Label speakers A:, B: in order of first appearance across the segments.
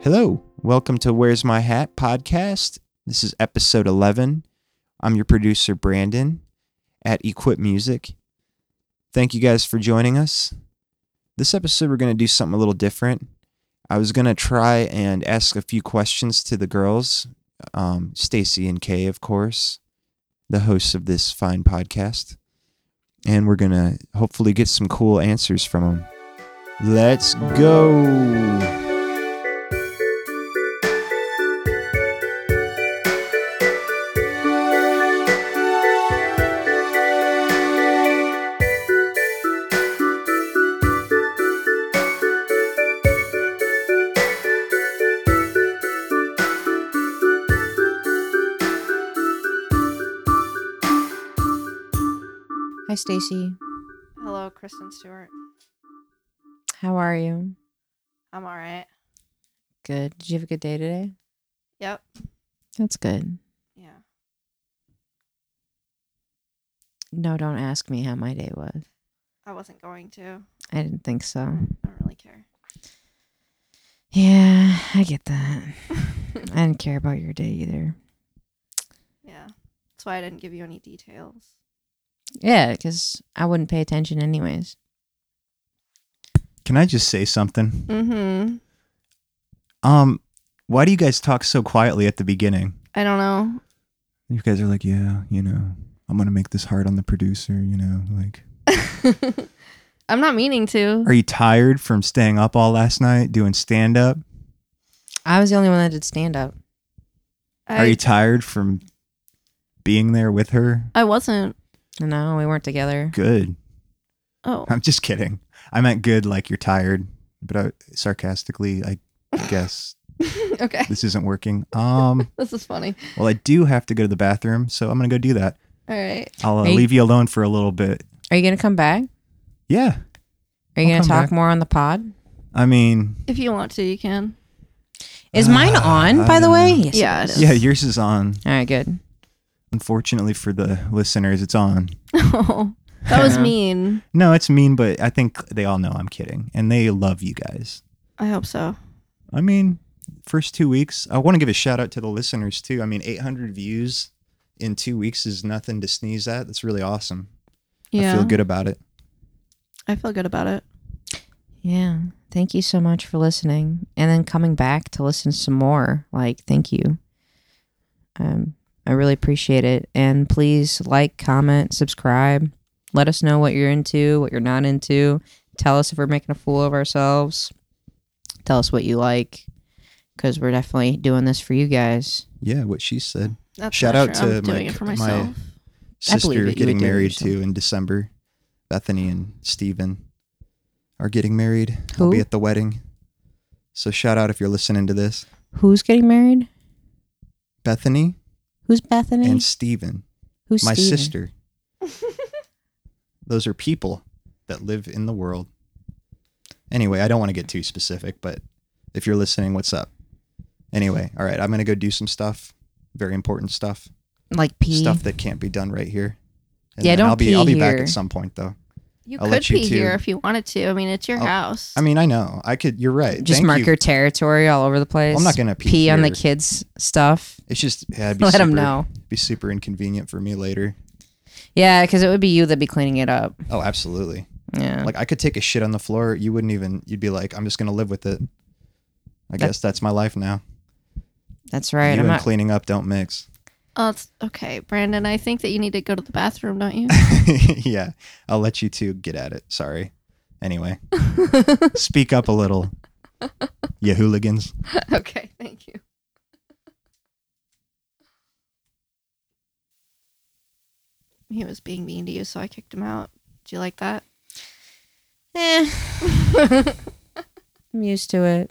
A: Hello, welcome to Where's My Hat podcast. This is episode 11. I'm your producer, Brandon, at Equip Music. Thank you guys for joining us. This episode, we're going to do something a little different. I was going to try and ask a few questions to the girls, um, Stacy and Kay, of course, the hosts of this fine podcast. And we're going to hopefully get some cool answers from them. Let's go.
B: Hi, Stacy.
C: Hello, Kristen Stewart.
B: How are you?
C: I'm all right.
B: Good. Did you have a good day today?
C: Yep.
B: That's good.
C: Yeah.
B: No, don't ask me how my day was.
C: I wasn't going to.
B: I didn't think so.
C: I don't really care.
B: Yeah, I get that. I didn't care about your day either.
C: Yeah. That's why I didn't give you any details.
B: Yeah, because I wouldn't pay attention anyways.
A: Can I just say something?
C: Mm-hmm.
A: Um, why do you guys talk so quietly at the beginning?
C: I don't know.
A: You guys are like, yeah, you know, I'm gonna make this hard on the producer, you know, like.
C: I'm not meaning to.
A: Are you tired from staying up all last night doing stand up?
B: I was the only one that did stand up.
C: I,
A: Are you tired from being there with her?
C: I wasn't.
B: No, we weren't together.
A: Good.
C: Oh.
A: I'm just kidding. I meant good, like you're tired, but I, sarcastically, I guess
C: okay.
A: this isn't working. Um,
C: This is funny.
A: well, I do have to go to the bathroom, so I'm gonna go do that.
C: All right.
A: I'll uh,
B: Hey.
A: leave you alone for a little bit.
B: Are you going to come back?
A: Yeah,
B: Are you
A: I'll
B: going
A: come
B: to talk
A: back.
B: more on the pod?
A: I mean,
C: If you want to, you can.
B: Is mine
A: Uh,
B: on,
A: I
B: by the
A: don't
B: way?
A: know.
B: Yes, it
C: Yeah, it
B: is.
C: is.
A: yeah, yours is on.
B: All right, good.
A: Unfortunately for the listeners, it's on.
C: Oh, that was
B: Yeah.
C: mean.
A: No, it's mean, but I think they all know I'm kidding, and they love you guys.
C: I hope so.
A: I mean, first two weeks, I want to give a shout out to the listeners too. I mean, 800 views in two weeks is nothing to sneeze at. That's really awesome.
C: Yeah.
A: I feel good about it.
C: I feel good about it.
B: Yeah. Thank you so much for listening and then coming back to listen some more. Like, thank you. Um, I really appreciate it. And please like, comment, subscribe. Let us know what you're into, what you're not into. Tell us if we're making a fool of ourselves. Tell us what you like because we're definitely doing this for you guys.
A: Yeah, what she said.
C: That's
A: Shout
C: not
A: out
C: true.
A: to
C: I'm
A: my
C: doing it for
A: c- my-
C: myself.
B: I believe it. You
A: Sister
B: would
A: getting
B: do it
A: married
B: yourself.
A: to in December. Bethany and Steven are getting married. I'll be
B: Who?
A: at the wedding. So shout out if you're listening to this.
B: Who's getting married?
A: Bethany
B: Who's Bethany?
A: and Steven,
B: Who's
A: my
B: Steven?
A: sister. Those are people that live in the world. Anyway, I don't want to get too specific, but if you're listening, what's up? Anyway, all right, I'm going to go do some stuff, very important stuff,
B: Like P.
A: stuff that can't be done right here.
B: Yeah,
A: then
B: don't
A: I'll be I'll be
B: pee
A: back
B: here.
A: at some point though.
C: You
A: I'll
C: could
A: let you
C: be here
A: two-
C: if you wanted to. I mean, it's your
A: I'll-
C: house.
A: I mean, I know. I could you're right.
B: Just
A: Thank
B: mark
A: you.
B: your territory all over the place.
A: I'm not going to pee,
B: pee on the
A: here.
B: kids' stuff.
A: It's just yeah, it'd be
B: Let
A: super,
B: them know.
A: Be super inconvenient for me later.
B: Yeah, because it would be you that'd be cleaning it up.
A: Oh, absolutely.
B: Yeah.
A: Like I could take a shit on the floor. You wouldn't even. You'd be like, I'm just gonna live with it. I guess that's my life now.
B: That's right.
A: you
B: I'm
A: and
B: not.
A: cleaning up don't mix.
C: Oh, it's, okay, Brandon. I think that you need to go to the bathroom, don't you?
A: yeah, I'll let you two get at it. Sorry. Anyway, speak up a little, you hooligans.
C: okay, thank you. He was being mean to you, so I kicked him out. Do you like that?
B: Eh, I'm used to it.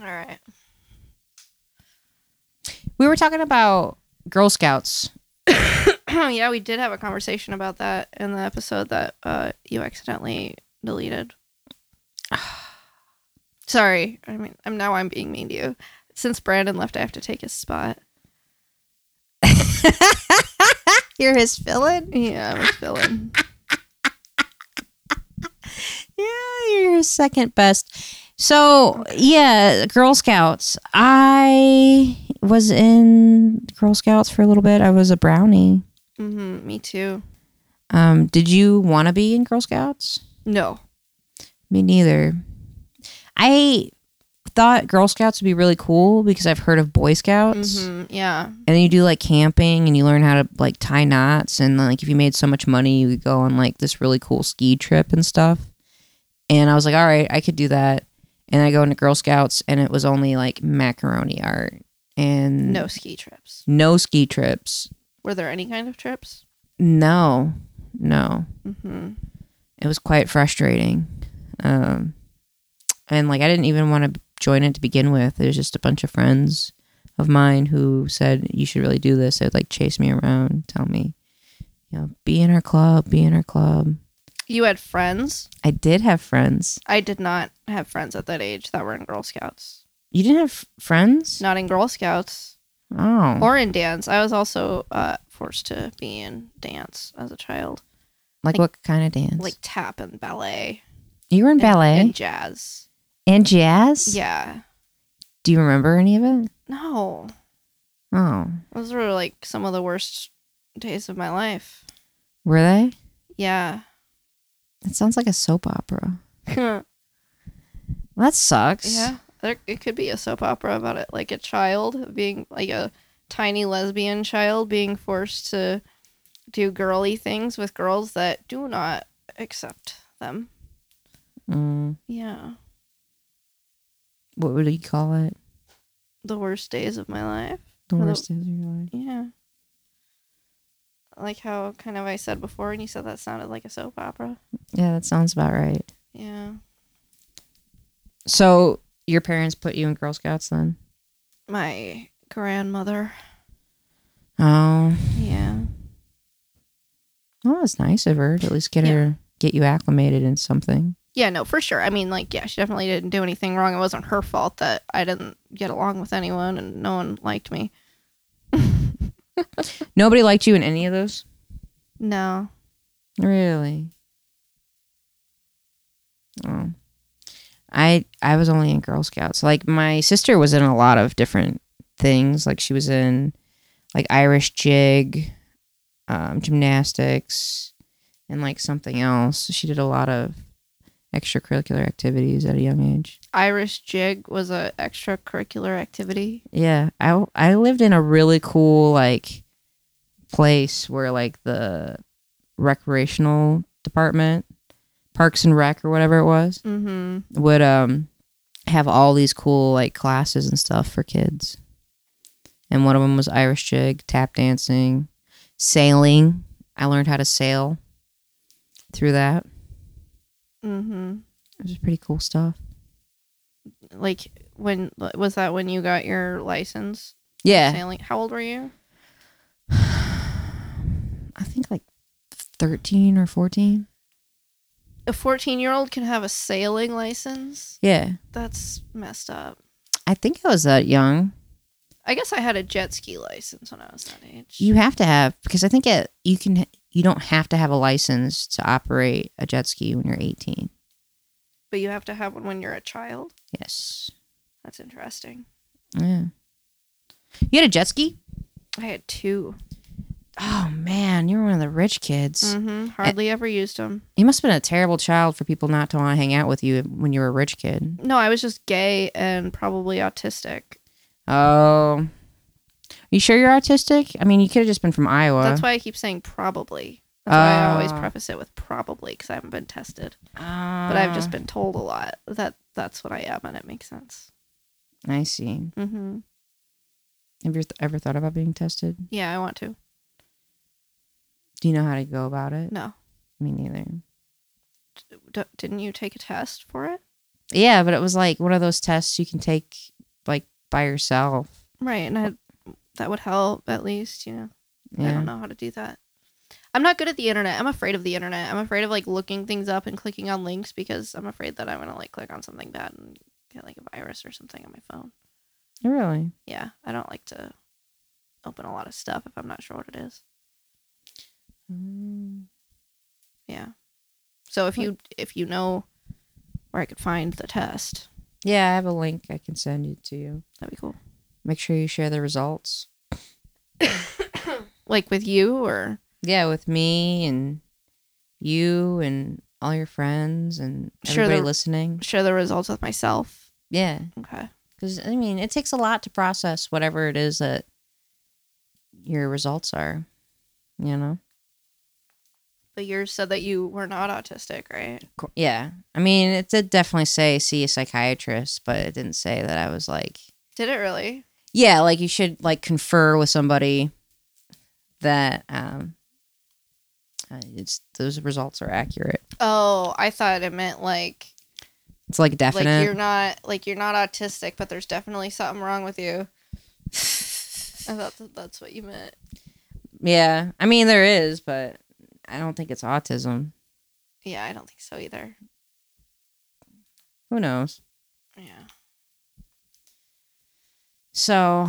C: All right.
B: We were talking about Girl Scouts.
C: yeah, we did have a conversation about that in the episode that uh, you accidentally deleted. Sorry. I mean, I'm now I'm being mean to you. Since Brandon left, I have to take his spot.
B: You're his villain.
C: Yeah, I'm a villain.
B: Yeah, you're his second best. So yeah, Girl Scouts. I was in Girl Scouts for a little bit. I was a brownie.
C: Mm-hmm, me too.
B: Um, did you want to be in Girl Scouts?
C: No.
B: Me neither. I thought Girl Scouts would be really cool because I've heard of Boy Scouts.
C: hmm yeah.
B: And you do like camping and you learn how to like tie knots. And like if you made so much money, you could go on like this really cool ski trip and stuff. And I was like, all right, I could do that. And I go into Girl Scouts and it was only like macaroni art and
C: No ski trips.
B: no ski trips.
C: Were there any kind of trips?
B: No, no.
C: Mm-hmm.
B: It was quite frustrating. Um, and like I didn't even want to join it to begin with. It was just a bunch of friends of mine who said you should really do this. They'd like chase me around, tell me, you know, be in our club, be in our club.
C: You had friends.
B: I did have friends.
C: I did not have friends at that age that were in Girl Scouts.
B: You didn't have f- friends?
C: Not in Girl Scouts
B: Oh,
C: or in dance. I was also uh, forced to be in dance as a child,
B: like,
C: like-
B: what kind of dance?
C: like tap and ballet,
B: you were in
C: and-
B: ballet
C: and
B: and,
C: jazz.
B: jazz.
C: Yeah.
B: Do you remember any of it?
C: No,
B: Oh,
C: those were like some of the worst days of my life.
B: were they?
C: Yeah.
B: That sounds like a soap opera.
C: yeah.
B: Well, that sucks.
C: There, it could be a soap opera about it, like a child being like a tiny lesbian child being forced to do girly things with girls that do not accept them.
B: Mm,
C: Yeah.
B: what would you call it?
C: The worst days of my life.
B: The
C: Hello.
B: worst days of your life.
C: Yeah. Like how kind of I said before, and you said that sounded like a soap opera.
B: Yeah, that sounds about right.
C: Yeah.
B: So your parents put you in Girl Scouts then?
C: My grandmother.
B: Oh,
C: Yeah.
B: well, that's nice of her to at least get her get you acclimated in something.
C: Yeah, no, for sure. I mean, like, yeah, she definitely didn't do anything wrong. It wasn't her fault that I didn't get along with anyone and no one liked me.
B: Nobody liked you in any of those,
C: No.
B: really. Oh, I I was only in Girl Scouts. Like my sister was in a lot of different things. Like she was in like Irish jig, um, gymnastics, and like something else. She did a lot of extracurricular activities at a young age.
C: Irish jig was a extracurricular activity.
B: Yeah, I I lived in a really cool like place where like the recreational department, Parks and Rec or whatever it was,
C: Mm-hmm.
B: would um have all these cool like classes and stuff for kids. And one of them was Irish jig, tap dancing, sailing. I learned how to sail through that.
C: Mm-hmm.
B: It was pretty cool stuff.
C: Like, when was that when you got your license?
B: Yeah.
C: Sailing. How old were you?
B: I think like 13 or 14.
C: A 14 year old can have a sailing license?
B: Yeah.
C: That's messed up.
B: I think I was that young.
C: I guess I had a jet ski license when I was that age.
B: You have to have because I think it, you can you don't have to have a license to operate a jet ski when you're 18.
C: but you have to have one when you're a child?
B: Yes.
C: That's interesting.
B: Yeah. You had a jet ski?
C: I had two.
B: Oh man, you were one of the rich kids.
C: Mm-hmm. Hardly ever used them.
B: You must have been a terrible child for people not to want to hang out with you when you were a rich kid.
C: No, I was just gay and probably autistic.
B: Oh. You sure you're autistic? I mean, you could have just been from Iowa.
C: That's why I keep saying probably. That's why I always
B: Ah.
C: preface it with probably because I haven't been tested,
B: Ah,
C: but I've just been told a lot that that's what I am, and it makes sense.
B: I see.
C: Mm-hmm.
B: Have you th- ever thought about being tested?
C: Yeah, I want to.
B: Do you know how to go about it?
C: No,
B: Me neither.
C: D- didn't you take a test for it?
B: Yeah, but it was like one of those tests you can take like by yourself.
C: Right, and I that would help at least. You know,
B: Yeah.
C: I don't know how to do that. I'm not good at the internet. I'm afraid of the internet. I'm afraid of like looking things up and clicking on links because I'm afraid that I'm gonna like click on something bad and get like a virus or something on my phone.
B: Really?
C: Yeah, I don't like to open a lot of stuff if I'm not sure what it is.
B: Mm.
C: Yeah. So if you if you know where I could find the test,
B: Yeah, I have a link I can send it to you.
C: That'd be cool.
B: Make sure you share the results.
C: Like with you or
B: Yeah, with me and you and all your friends and
C: Share the-
B: everybody listening.
C: share the results with myself.
B: Yeah,
C: Okay.
B: because I mean, it takes a lot to process whatever it is that your results are. You know.
C: But yours said that you were not autistic, right?
B: Yeah, I mean, it did definitely say see a psychiatrist, but it didn't say that I was like
C: Did it really?
B: yeah like you should like confer with somebody that um uh, it's those results are accurate
C: Oh, I thought it meant like
B: it's like
C: like
B: definite
C: you're not like you're not autistic, but there's definitely something wrong with you. I thought that that's what you meant.
B: yeah i mean there is but i don't think it's autism
C: Yeah, I don't think so either.
B: who knows
C: Yeah.
B: so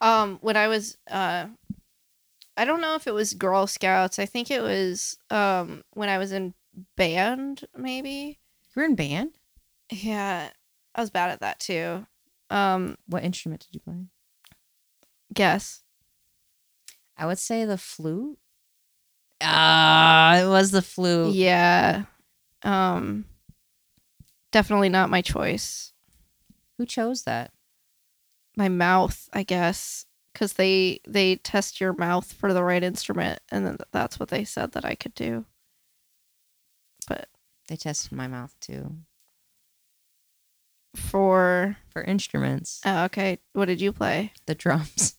C: Um, when I was uh I don't know if it was Girl Scouts. I think it was um when I was in band maybe.
B: you're in band
C: Yeah. I was bad at that too. Um
B: what instrument did you play
C: guess.
B: i would say the flute ah it was the flute
C: Yeah. Um definitely not my choice.
B: who chose that
C: My mouth, I guess, cuz they they test your mouth for the right instrument and then that's what they said that I could do.
B: they tested my mouth too
C: For
B: for instruments
C: oh, okay, what did you play?
B: the drums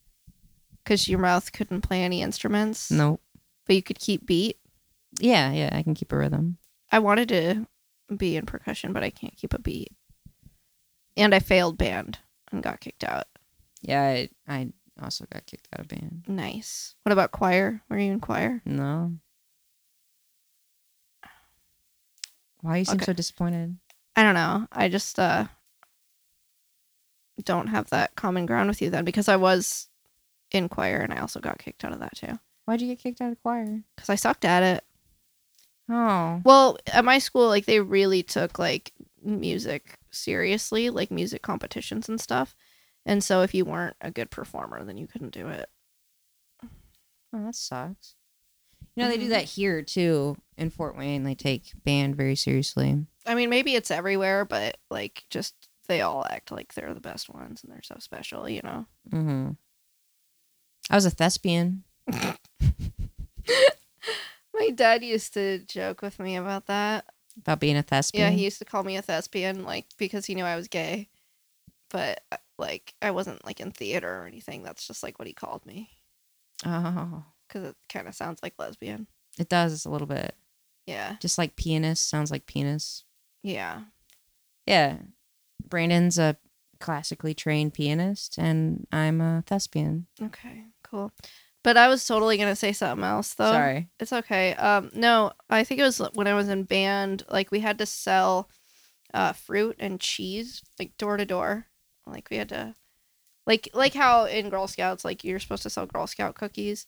C: Cuz your mouth couldn't play any instruments.
B: nope
C: But you could keep beat.
B: yeah yeah i can keep a rhythm
C: I wanted to be in percussion, but I can't keep a beat. And I failed band and got kicked out.
B: Yeah, I, I also got kicked out of band.
C: Nice. What about choir? Were you in choir?
B: No. Why you seem
C: Okay.
B: so disappointed?
C: I don't know. I just uh don't have that common ground with you then because I was in choir and I also got kicked out of that too
B: Why'd you get kicked out of choir?
C: because I sucked at it.
B: Oh.
C: Well, at my school, like they really took like music seriously, like music competitions and stuff. And so if you weren't a good performer, then you couldn't do it.
B: oh, that sucks. You know, they do
C: Mhm.
B: that here too in Fort Wayne. They take band very seriously.
C: I mean, maybe it's everywhere, but like just they all act like they're the best ones and they're so special, you know.
B: Mm-hmm. I was a thespian.
C: My dad used to joke with me about that.
B: About being a
C: Yeah,
B: thespian.
C: he used to call me a thespian like because he knew I was gay. But uh, like I wasn't like in theater or anything. That's just like what he called me
B: oh.
C: cuz it kind of sounds like lesbian.
B: It does a little bit.
C: Yeah.
B: Just like pianist sounds like penis.
C: Yeah.
B: Yeah. Brandon's a classically trained pianist and I'm a thespian.
C: Okay. Cool. But I was totally going to say something else though.
B: Sorry.
C: It's okay. Um, no, I think it was when I was in band. Like we had to sell uh, fruit and cheese like door to door. Like we had to, like like how in Girl Scouts, like you're supposed to sell Girl Scout cookies.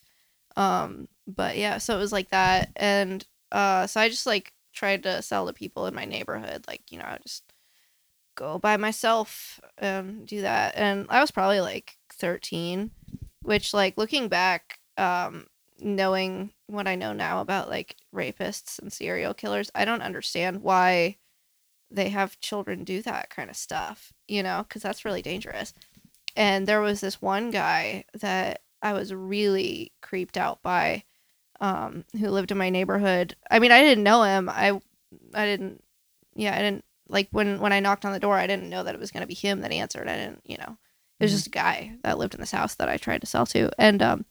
C: Um, but yeah, so it was like that, and uh, so I just like tried to sell to people in my neighborhood. Like you know, I just go by myself and do that. And I was probably like 13, which like looking back, um, knowing what I know now about like rapists and serial killers, I don't understand why they have children do that kind of stuff, you know, because that's really dangerous. And there was this one guy that I was really creeped out by um, who lived in my neighborhood. I mean, I didn't know him. I, I didn't, yeah, I didn't like when, when I knocked on the door, I didn't know that it was going to be him that answered. I didn't, you know, it was
B: Mhm.
C: just a guy that lived in this house that I tried to sell to. And, um,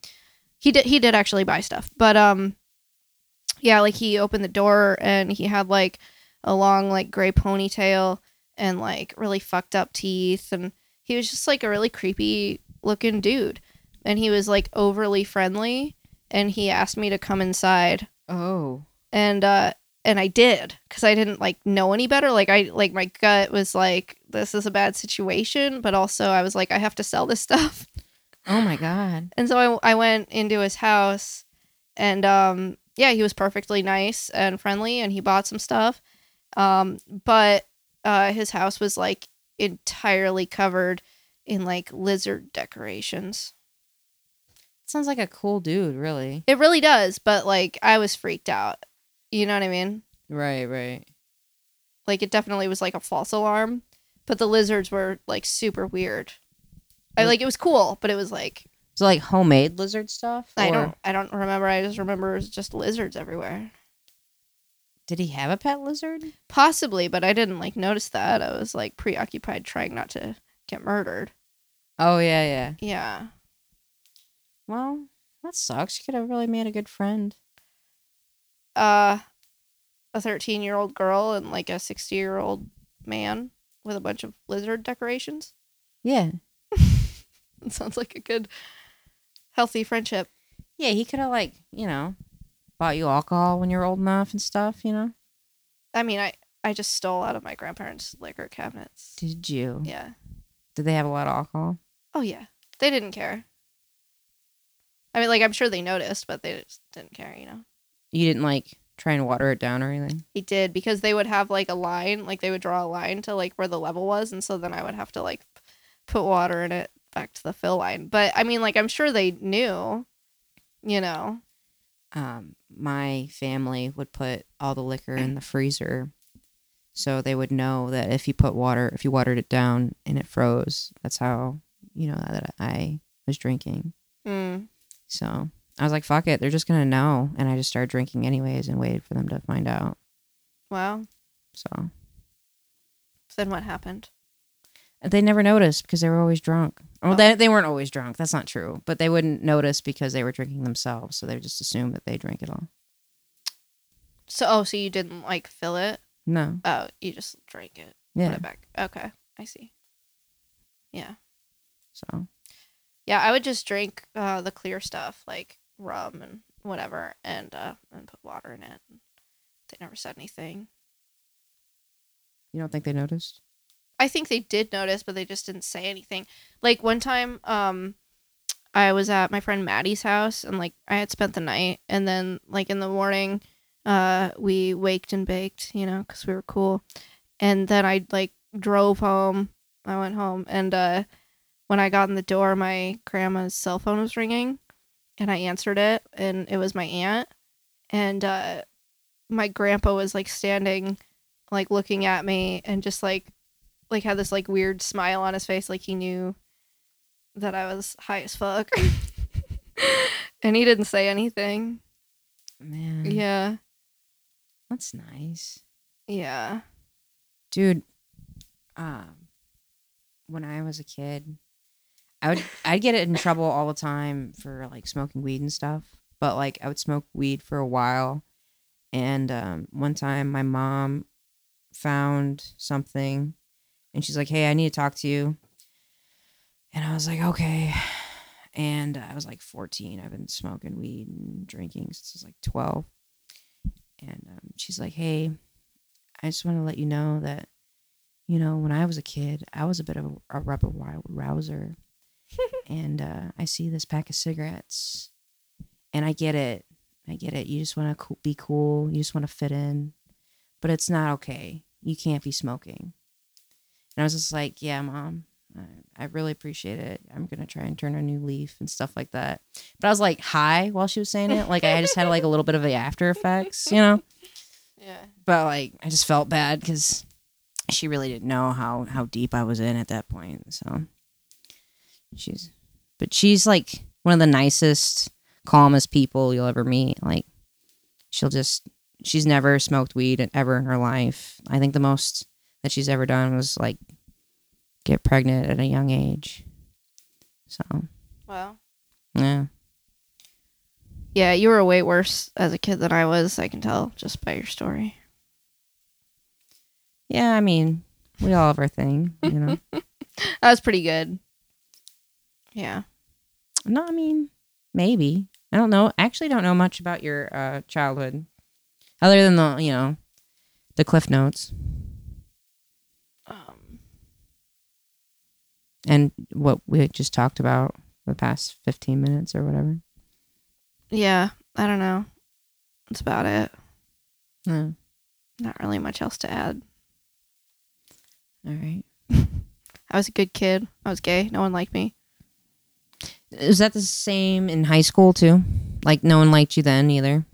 C: he did he did actually buy stuff but um yeah like he opened the door and he had like a long like gray ponytail and like really fucked up teeth and he was just like a really creepy looking dude and he was like overly friendly and he asked me to come inside
B: Oh.
C: and uh and I did cuz I didn't like know any better like I like my gut was like this is a bad situation but also I was like I have to sell this stuff
B: Oh my god.
C: And so I, I went into his house and um yeah, he was perfectly nice and friendly and he bought some stuff. Um but uh, his house was like entirely covered in like lizard decorations.
B: Sounds like a cool dude, really.
C: It really does, but like I was freaked out. You know what I mean?
B: Right, right.
C: Like it definitely was like a false alarm, but the lizards were like super weird. I like it was cool, but it was like
B: So like homemade lizard stuff?
C: I
B: or-
C: don't I don't remember. I just remember it was just lizards everywhere.
B: Did he have a pet lizard?
C: Possibly, but I didn't like notice that. I was like preoccupied trying not to get murdered.
B: Oh yeah, yeah.
C: Yeah.
B: Well, that sucks. You could have really made a good friend.
C: Uh a 13-year-old girl and like a 60-year-old man with a bunch of lizard decorations.
B: Yeah.
C: It sounds like a good healthy friendship.
B: Yeah, he could have like, you know, bought you alcohol when you were old enough and stuff, you know?
C: I mean, I I just stole out of my grandparents' liquor cabinets.
B: Did you?
C: Yeah.
B: Did they have a lot of alcohol?
C: Oh yeah. They didn't care. I mean, like I'm sure they noticed, but they just didn't care, you know.
B: You didn't like try and water it down or anything?
C: He did because they would have like a line, like they would draw a line to like where the level was, and so then I would have to like p- put water in it back to the fill line. But I mean, like I'm sure they knew, you know.
B: um, my family would put all the liquor in the freezer so they would know that if you put water if you watered it down and it froze that's how you know that i was drinking
C: Mm.
B: so i was like fuck it they're just gonna know and i just started drinking anyways and waited for them to find out
C: Wow.
B: so
C: Then what happened?
B: they never noticed because they were always drunk well
C: Oh.
B: they, they weren't always drunk that's not true but they wouldn't notice because they were drinking themselves so they would just assume that they drank it all
C: So oh, so you didn't like fill it?
B: no
C: Oh, you just drank it. Put
B: yeah
C: it back. Okay, I see. Yeah.
B: so
C: Yeah, I would just drink uh, the clear stuff like rum and whatever, and uh, and put water in it. They never said anything.
B: you don't think they noticed
C: I think they did notice, but they just didn't say anything. Like one time, um, I was at my friend Maddie's house, and like I had spent the night, and then like in the morning, uh, we waked and baked, you know, because we were cool. And then I like drove home. I went home, and uh, when I got in the door, my grandma's cell phone was ringing, and I answered it, and it was my aunt, and uh, my grandpa was like standing, like looking at me, and just like like had this like weird smile on his face, like he knew that I was high as fuck. and he didn't say anything.
B: man
C: Yeah.
B: That's nice.
C: Yeah.
B: Dude, um when I was a kid, I would I'd get in trouble all the time for like smoking weed and stuff. But like I would smoke weed for a while and um one time my mom found something and she's like, "Hey, I need to talk to you." And I was like, "Okay." And I was like 14. I've been smoking weed and drinking since I was like 12. And um, she's like, "Hey, I just want to let you know that, you know, when I was a kid, I was a bit of a, a rebel rou- rouser. and uh, I see this pack of cigarettes and I get it. I get it. You just want to co- be cool. You just want to fit in. But it's not okay. You can't be smoking. And I was just like, yeah, mom, I, I really appreciate it. I'm going to try and turn a new leaf and stuff like that. But I was like high while she was saying it. Like I just had like a little bit of the after effects, you know?
C: Yeah.
B: but like I just felt bad because she really didn't know how how deep I was in at that point. So she's, but she's like one of the nicest, calmest people you'll ever meet. Like she'll just, she's never smoked weed ever in her life. I think the most that she's ever done was like get pregnant at a young age. So
C: Wow.
B: yeah,
C: Yeah, you were way worse as a kid than I was, I can tell just by your story.
B: yeah. I mean, we all have our thing, you know.
C: I was pretty good. Yeah.
B: No, I mean, maybe. I don't know. I actually don't know much about your uh, childhood other than the, you know, the cliff notes
C: Um
B: and what we just talked about the past 15 minutes or whatever.
C: yeah, I don't know. That's about it.
B: No.
C: Not really much else to add.
B: All right.
C: I was a good kid. I was gay. No one liked me.
B: Is that the same in high school too? Like no one liked you then either.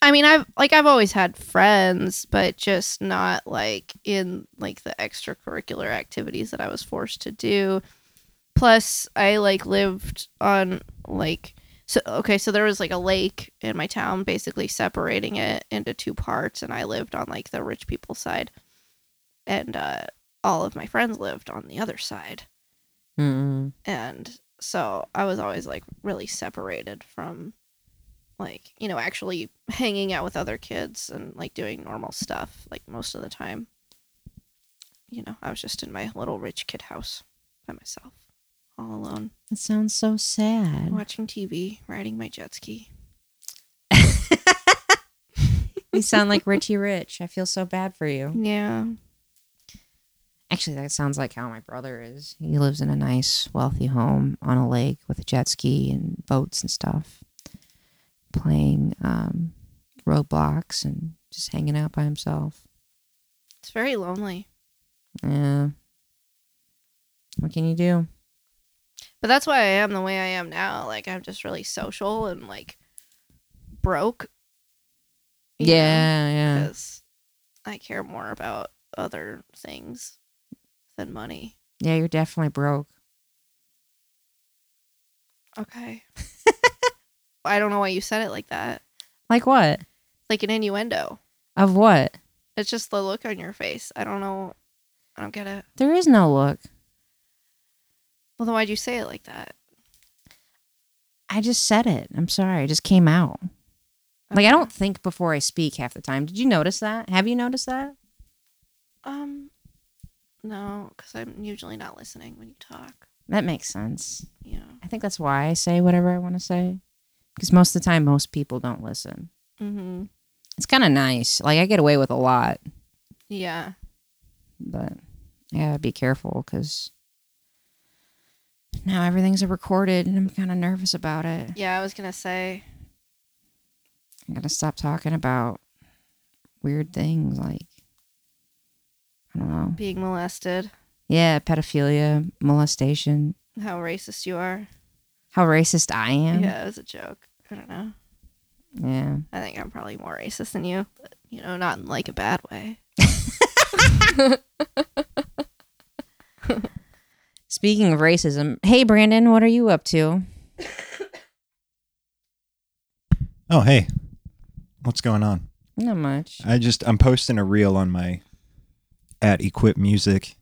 C: I mean, I've like I've always had friends, but just not like in like the extracurricular activities that I was forced to do. Plus, I like lived on like so okay, so there was like a lake in my town basically separating it into two parts and I lived on like the rich people side and uh all of my friends lived on the other side.
B: Mm-mm.
C: And so I was always like really separated from like, you know, actually hanging out with other kids and like doing normal stuff like most of the time. You know, I was just in my little rich kid house by myself, all alone,
B: That sounds so sad.
C: watching TV, riding my jet ski.
B: You sound like Richie Rich. I feel so bad for you.
C: Yeah.
B: Actually, that sounds like how my brother is. He lives in a nice, wealthy home on a lake with a jet ski and boats and stuff, playing um, roadblocks and just hanging out by himself.
C: It's very lonely.
B: Yeah. What can you do?
C: But that's why I am the way I am now. Like I'm just really social and like broke. you know?
B: yeah,
C: because I care more about other things than money.
B: yeah. Yeah, you're definitely broke.
C: Okay. I don't know why you said it like that.
B: Like what?
C: Like an innuendo.
B: Of what?
C: It's just the look on your face. I don't know. I don't get it.
B: There is no look.
C: Well, then why'd you say it like that?
B: I just said it. I'm sorry. It just came out. Like, I
C: Okay.
B: don't think before I speak half the time. Did you notice that? Have you noticed that?
C: Um, no, because I'm usually not listening when you talk.
B: That makes sense.
C: You know.
B: I think that's why I say whatever I want to say. Because most of the time, most people don't listen.
C: Mm-hmm.
B: It's kind of nice. Like, I get away with a lot,
C: Yeah.
B: but I gotta be careful because now everything's recorded and I'm kind of nervous about it.
C: Yeah. I was gonna say.
B: I gotta stop talking about weird things like, I don't know.
C: being molested,
B: Yeah, pedophilia, molestation,
C: how racist you are.
B: how racist I am.
C: Yeah, it was a joke. I don't know.
B: Yeah.
C: I think I'm probably more racist than you, but you know, not in like a bad way.
B: Speaking of racism, hey, Brandon, what are you up to?
A: Oh, hey. What's going on?
B: Not much.
A: I just I'm posting a reel on my at Equip Music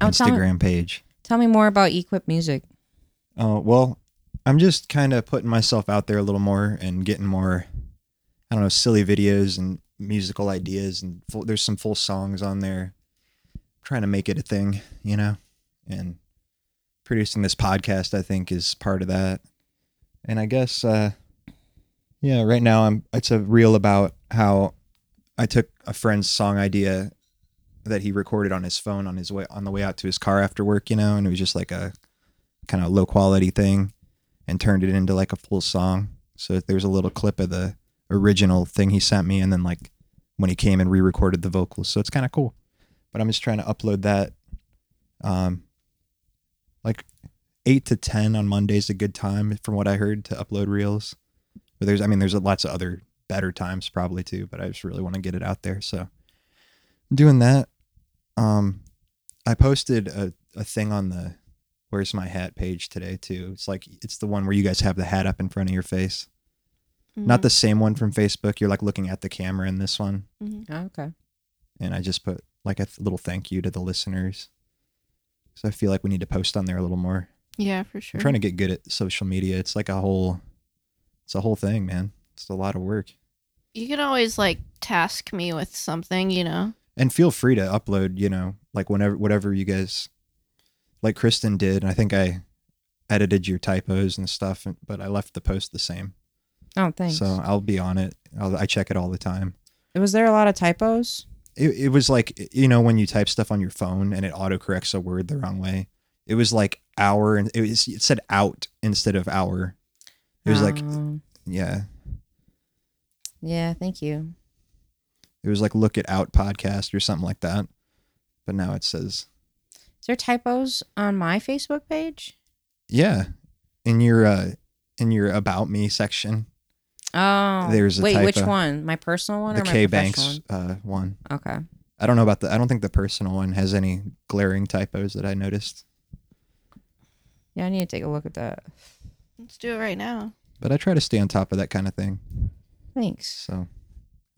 B: Oh, tell me-
A: Instagram page.
B: Tell me more about Equip Music.
A: Uh, well, I'm just kind of putting myself out there a little more and getting more, I don't know, silly videos and musical ideas. And full, there's some full songs on there. trying to make it a thing, you know? And producing this podcast, I think, is part of that. And I guess, uh, yeah, right now I'm, it's a reel about how I took a friend's song idea that he recorded on his phone on his way on the way out to his car after work, you know, and it was just like a kind of low quality thing and turned it into like a full song. So there's a little clip of the original thing he sent me and then like when he came and re-recorded the vocals. So it's kind of cool. But I'm just trying to upload that um like 8 to 10 on Monday's a good time from what I heard to upload reels. But there's I mean there's lots of other better times probably too, but I just really want to get it out there. So I'm doing that. Um I posted a, a thing on the Where's My Hat page today too. It's like it's the one where you guys have the hat up in front of your face.
C: Mm-hmm. Mm,
A: Not the same one from Facebook. You're like looking at the camera in this one.
B: okay.
A: And I just put like a th- little thank you to the listeners. So I feel like we need to post on there a little more.
C: Yeah, for sure.
A: I'm trying to get good at social media. It's like a whole it's a whole thing, man. It's a lot of work.
C: you can always like task me with something, you know.
A: and feel free to upload you know like whenever whatever you guys like kristen did and i think i edited your typos and stuff and, but i left the post the same
B: Oh, thanks.
A: so i'll be on it I'll, i check it all the time
B: Was there a lot of typos?
A: it, it was like you know when you type stuff on your phone and it autocorrects a word the wrong way it was like hour and it, was, it said out instead of hour it was like
B: Um,
A: yeah
B: yeah, thank you.
A: it was like look it out podcast or something like that but now it says
B: Is there typos on my Facebook page?
A: yeah. In your uh, in your about me section,
B: Oh,
A: There's a
B: wait. Which
A: typo.
B: one? My personal one
A: the
B: or my
A: K
B: professional
A: Banks uh, one.
B: one? Okay.
A: I don't know about the. I don't think the personal one has any glaring typos that I noticed,
B: Yeah, I need to take a look at that.
C: Let's do it right now.
A: but I try to stay on top of that kind of thing.
B: Thanks.
A: So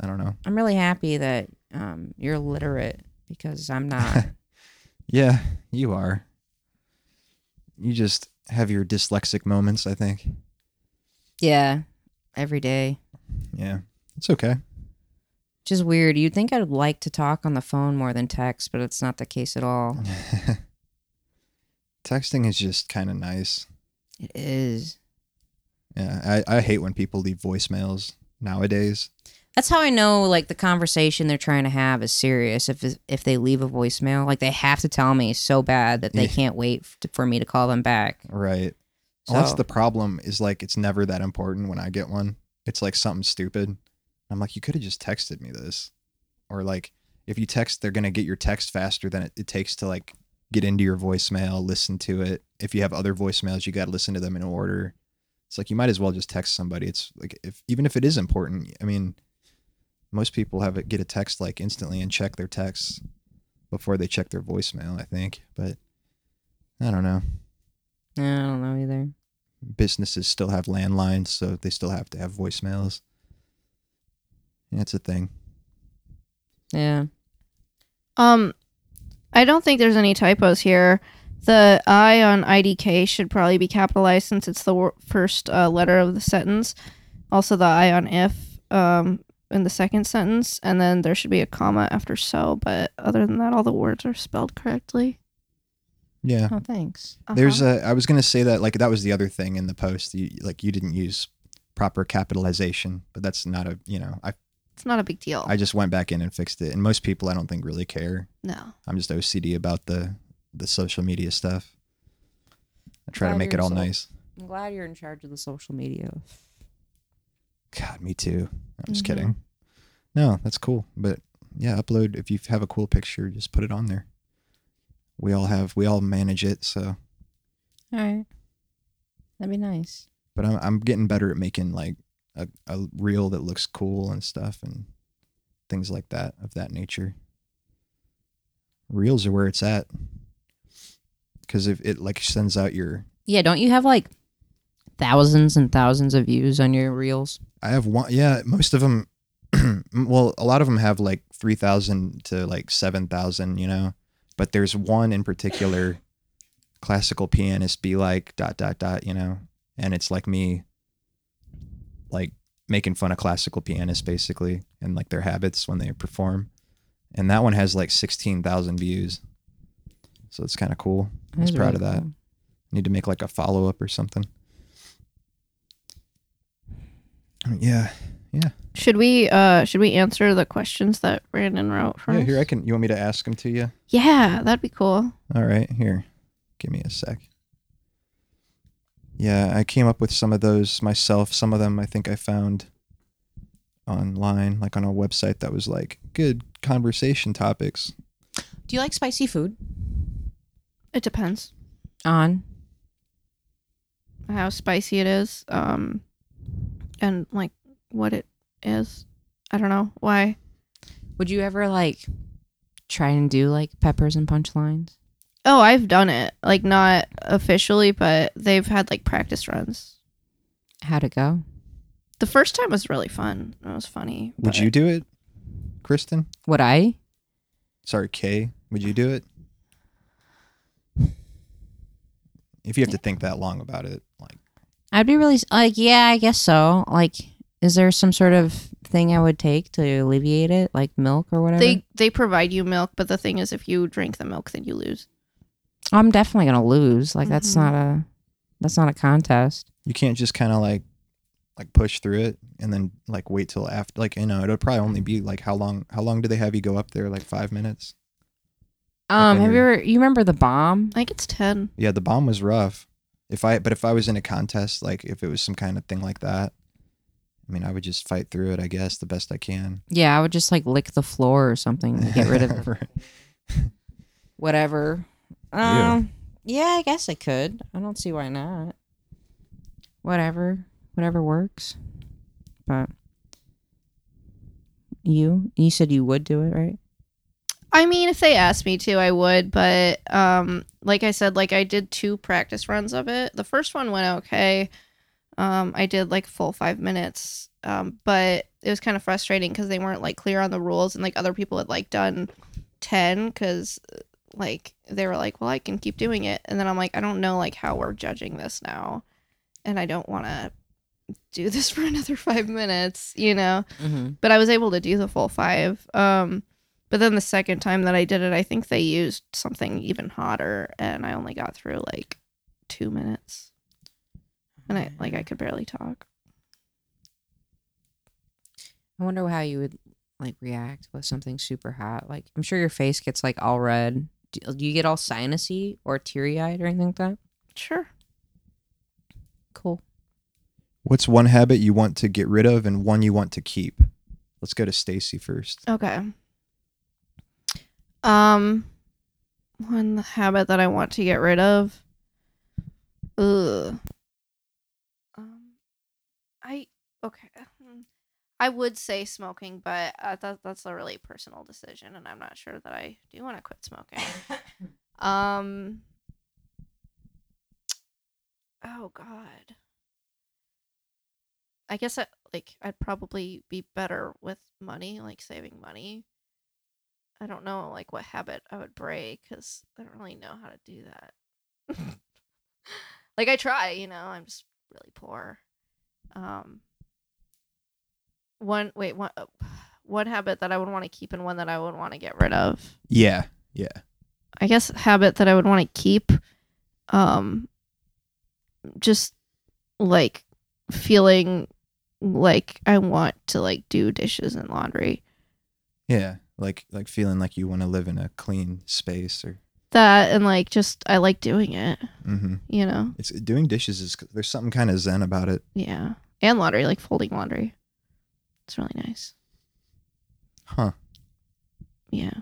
A: I don't know.
B: I'm really happy that um, you're literate because I'm not.
A: Yeah, you are. You just have your dyslexic moments, I think.
B: yeah, every day.
A: Yeah, it's okay.
B: Which is weird. You'd think I'd like to talk on the phone more than text, but it's not the case at all.
A: Texting is just kind of nice.
B: It is.
A: Yeah, I, I hate when people leave voicemails nowadays.
B: That's how I know like the conversation they're trying to have is serious. If if they leave a voicemail, like they have to tell me so bad that they
A: Yeah.
B: can't wait f- for me to call them back.
A: Right.
B: So,
A: Well, that's the problem is like it's never that important when I get one. It's like something stupid. I'm like, you could have just texted me this. Or like if you text, they're gonna get your text faster than it, it takes to like get into your voicemail, listen to it. If you have other voicemails, you gotta listen to them in order. It's like you might as well just text somebody. It's like if even if it is important, I mean most people have it get a text like instantly and check their texts before they check their voicemail, I think. But I don't know
B: Yeah, I don't know either.
A: businesses still have landlines, so they still have to have voicemails. That's a thing.
B: Yeah.
C: Um, I don't think there's any typos here. The I on IDK should probably be capitalized since it's the wor- first uh, letter of the sentence. Also, the I on if um, in the second sentence, and then there should be a comma after so. But other than that, all the words are spelled correctly. Uh-huh.
A: Yeah.
B: Oh, thanks.
A: There's a I was going to say that like that was the other thing in the post. You, like you didn't use proper capitalization, but that's not a, you know, I
C: It's not a big deal.
A: I just went back in and fixed it. And most people I don't think really care.
C: no.
A: I'm just OCD about the the social media stuff. I try to
B: Glad
A: make
B: you're
A: it all
B: so-
A: nice.
B: I'm glad you're in charge of the social media.
A: God, me too. I'm just
C: Mhm.
A: kidding. No, that's cool. But yeah, upload if you have a cool picture, just put it on there. We all have we all manage it, so
B: All right. That'd be nice.
A: but I'm I'm getting better at making like a, a reel that looks cool and stuff and things like that of that nature. Reels are where it's at. Cause if it like sends out your
B: Yeah, don't you have like thousands and thousands of views on your reels?
A: I have one. Yeah, most of them. well, a lot of them have like three thousand to like seven thousand. You know, but there's one in particular, classical pianist. Be like dot dot dot. You know, and it's like me, like making fun of classical pianists basically, and like their habits when they perform. And that one has like sixteen thousand views. So it's kind of cool. I was
B: That's
A: proud
B: really
A: of that.
B: cool.
A: Need to make like a follow up or something. Yeah.
C: Should we uh should we answer the questions that Brandon wrote for
A: Yeah,
C: us?
A: here I can. You want me to ask them to you?
C: yeah, that'd be cool.
A: All right, here. Give me a sec. Yeah, I came up with some of those myself. Some of them I think I found online, like on a website that was like good conversation topics.
B: Do you like spicy food?
C: It depends
B: On.
C: how spicy it is, um, and like what it is. I don't know why.
B: Would you ever like try and do like peppers and punchlines?
C: Oh, I've done it. Like not officially, but they've had like practice runs.
B: How'd it go?
C: The first time was really fun. It was funny.
A: Would
C: but-
A: you do it, Kristen?
B: Would I?
A: Sorry, Kay. Would you do it? If you have to think that long about it, like
B: I'd be really like, yeah, I guess so. Like, is there some sort of thing I would take to alleviate it, like milk or whatever?
C: They they provide you milk, but the thing is, if you drink the milk, then you lose.
B: I'm definitely gonna lose. Like, that's
C: Mhm.
B: not a that's not a contest.
A: you can't just kind of like like push through it and then like wait till after like you know it'll probably only be like how long how long do they have you go up there like five minutes
B: Um, have you
A: wonder-
B: ever you remember the bomb?
C: I think it's ten.
A: yeah the bomb was rough if i but if i was in a contest like if it was some kind of thing like that i mean i would just fight through it i guess the best i can
B: Yeah, I would just like lick the floor or something to get rid of it.
A: Right.
B: whatever. Um, yeah. I guess I could. I don't see why not. Whatever, whatever works. But you, you said you would do it, right?
C: I mean, if they asked me to, I would, but um, like I said, like I did two practice runs of it. The first one went okay. Um, I did like full five minutes, um, but it was kind of frustrating because they weren't like clear on the rules, and like other people had like done ten because like they were like, well, I can keep doing it, and then I'm like, I don't know like how we're judging this now, and I don't want to do this for another five minutes, you know
B: Mm-hmm.
C: but I was able to do the full five. Um, but then the second time that I did it, I think they used something even hotter, and I only got through like two minutes, and I like I could barely talk.
B: I wonder how you would like react with something super hot. Like I'm sure your face gets like all red. Do, do you get all sinusy or teary eyed or anything like that?
C: Sure.
B: Cool.
A: What's one habit you want to get rid of and one you want to keep? Let's go to Stacy first.
C: Okay. Um, one habit that I want to get rid of. Ugh. Um, I okay. Hmm. I would say smoking, but uh, that, that's a really personal decision, and I'm not sure that I do want to quit smoking. um. Oh God. I guess I like I'd probably be better with money, like saving money. I don't know like what habit I would break because I don't really know how to do that. like I try, you know, I'm just really poor. Um, one wait one uh, one habit that I would want to keep and one that I would want to get rid of.
A: Yeah. Yeah.
C: I guess habit that I would want to keep um just like feeling like I want to like do dishes and laundry.
A: Yeah. Like like feeling like you want to live in a clean space or
C: That and like just I like doing it,
A: mm-hmm.
C: you know.
A: it's doing dishes is there's something kind of zen about it.
C: Yeah. And laundry, like folding laundry. It's really nice.
A: Huh.
C: Yeah.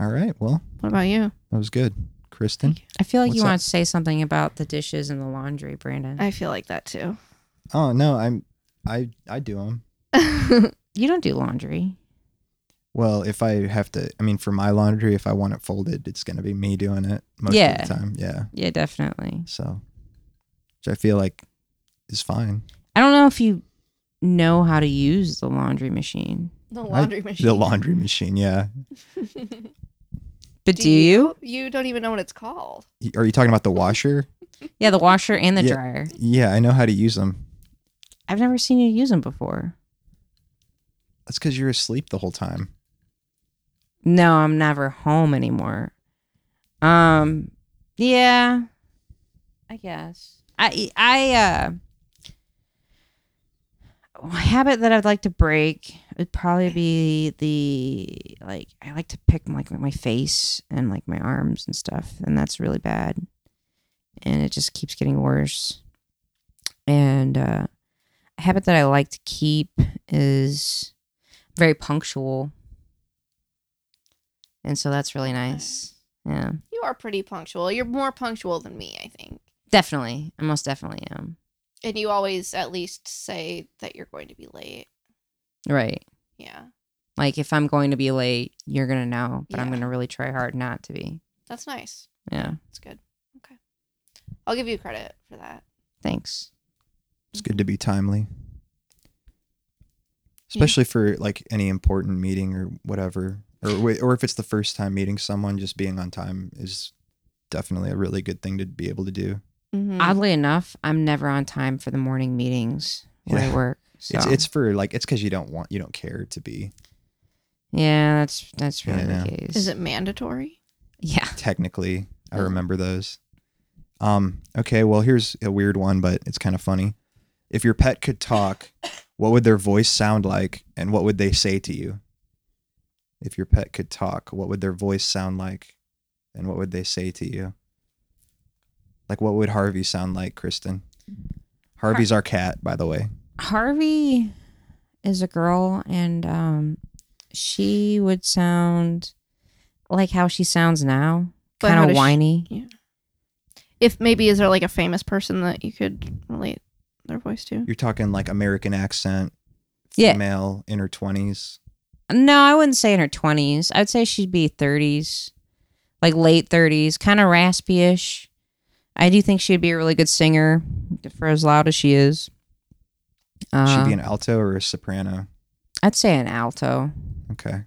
A: All right. Well,
C: What about you?
A: that was good. Kristen.
C: Thank
B: I feel like
A: What's
B: you
A: that?
B: want to say something about the dishes and the laundry, Brandon.
C: I feel like that too.
A: Oh no, I'm I I do them.
B: you don't do laundry.
A: Well, if I have to, I mean, for my laundry, if I want it folded, it's going to be me doing it most
B: Yeah.
A: of the time. Yeah.
B: Yeah, definitely.
A: So, which I feel like is fine.
B: I don't know if you know how to use the laundry machine,
C: the
A: laundry
C: machine.
A: The laundry machine. Yeah.
B: but do, you?
C: You don't even know what it's called.
A: Y- Are you talking about the washer?
B: Yeah, the washer and the
A: Yeah.
B: dryer.
A: Yeah, I know how to use them.
B: I've never seen you use them before.
A: That's because you're asleep the whole time.
B: No, I'm never home anymore. Um, yeah, I guess. I I uh a habit that I'd like to break would probably be the like I like to pick like my face and like my arms and stuff, and that's really bad. And it just keeps getting worse. And uh, a habit that I like to keep is very punctual. And so that's really nice. Yeah.
C: You are pretty punctual. You're more punctual than me, I think.
B: Definitely. I most definitely am.
C: And you always at least say that you're going to be late.
B: Right.
C: Yeah.
B: Like if I'm going to be late, you're going to know, but I'm
C: Yeah.
B: going to really try hard not to be.
C: That's nice.
B: Yeah.
C: That's good. Okay. I'll give you credit for that.
B: Thanks.
A: It's good to be timely, especially for like any important meeting or whatever, or wi- or if it's the first time meeting someone, just being on time is definitely a really good thing to be able to do.
C: Mm-hmm.
A: Mm.
B: Oddly enough, I'm never on time for the morning meetings where I
A: Yeah.
B: work. So.
A: It's it's for like it's because you don't want you don't care to be
B: yeah, that's that's
A: Yeah,
B: really
A: I know.
B: the case.
C: Is it mandatory?
B: Yeah.
A: technically i
C: Mhm.
A: remember those um okay well here's a weird one but it's kind of funny if your pet could talk what would their voice sound like and what would they say to you if your pet could talk what would their voice sound like and what would they say to you like what would harvey sound like kristen harvey's our cat by the way
B: Harvey is a girl and um she would sound like how she sounds now,
C: But how
B: kind
C: does
B: of
C: she-
B: whiny.
C: If maybe is there like a famous person that you could relate their voice to?
A: You're talking like American accent,
B: Yeah.
A: female in her twenties.
B: No, I wouldn't say in her twenties. I'd say she'd be thirties, like late thirties, kind of raspy-ish. I do think she'd be a really good singer for as loud as she is. Uh,
A: Should
B: Uh-huh.
A: be an alto or a soprano.
B: I'd say an alto.
A: Okay.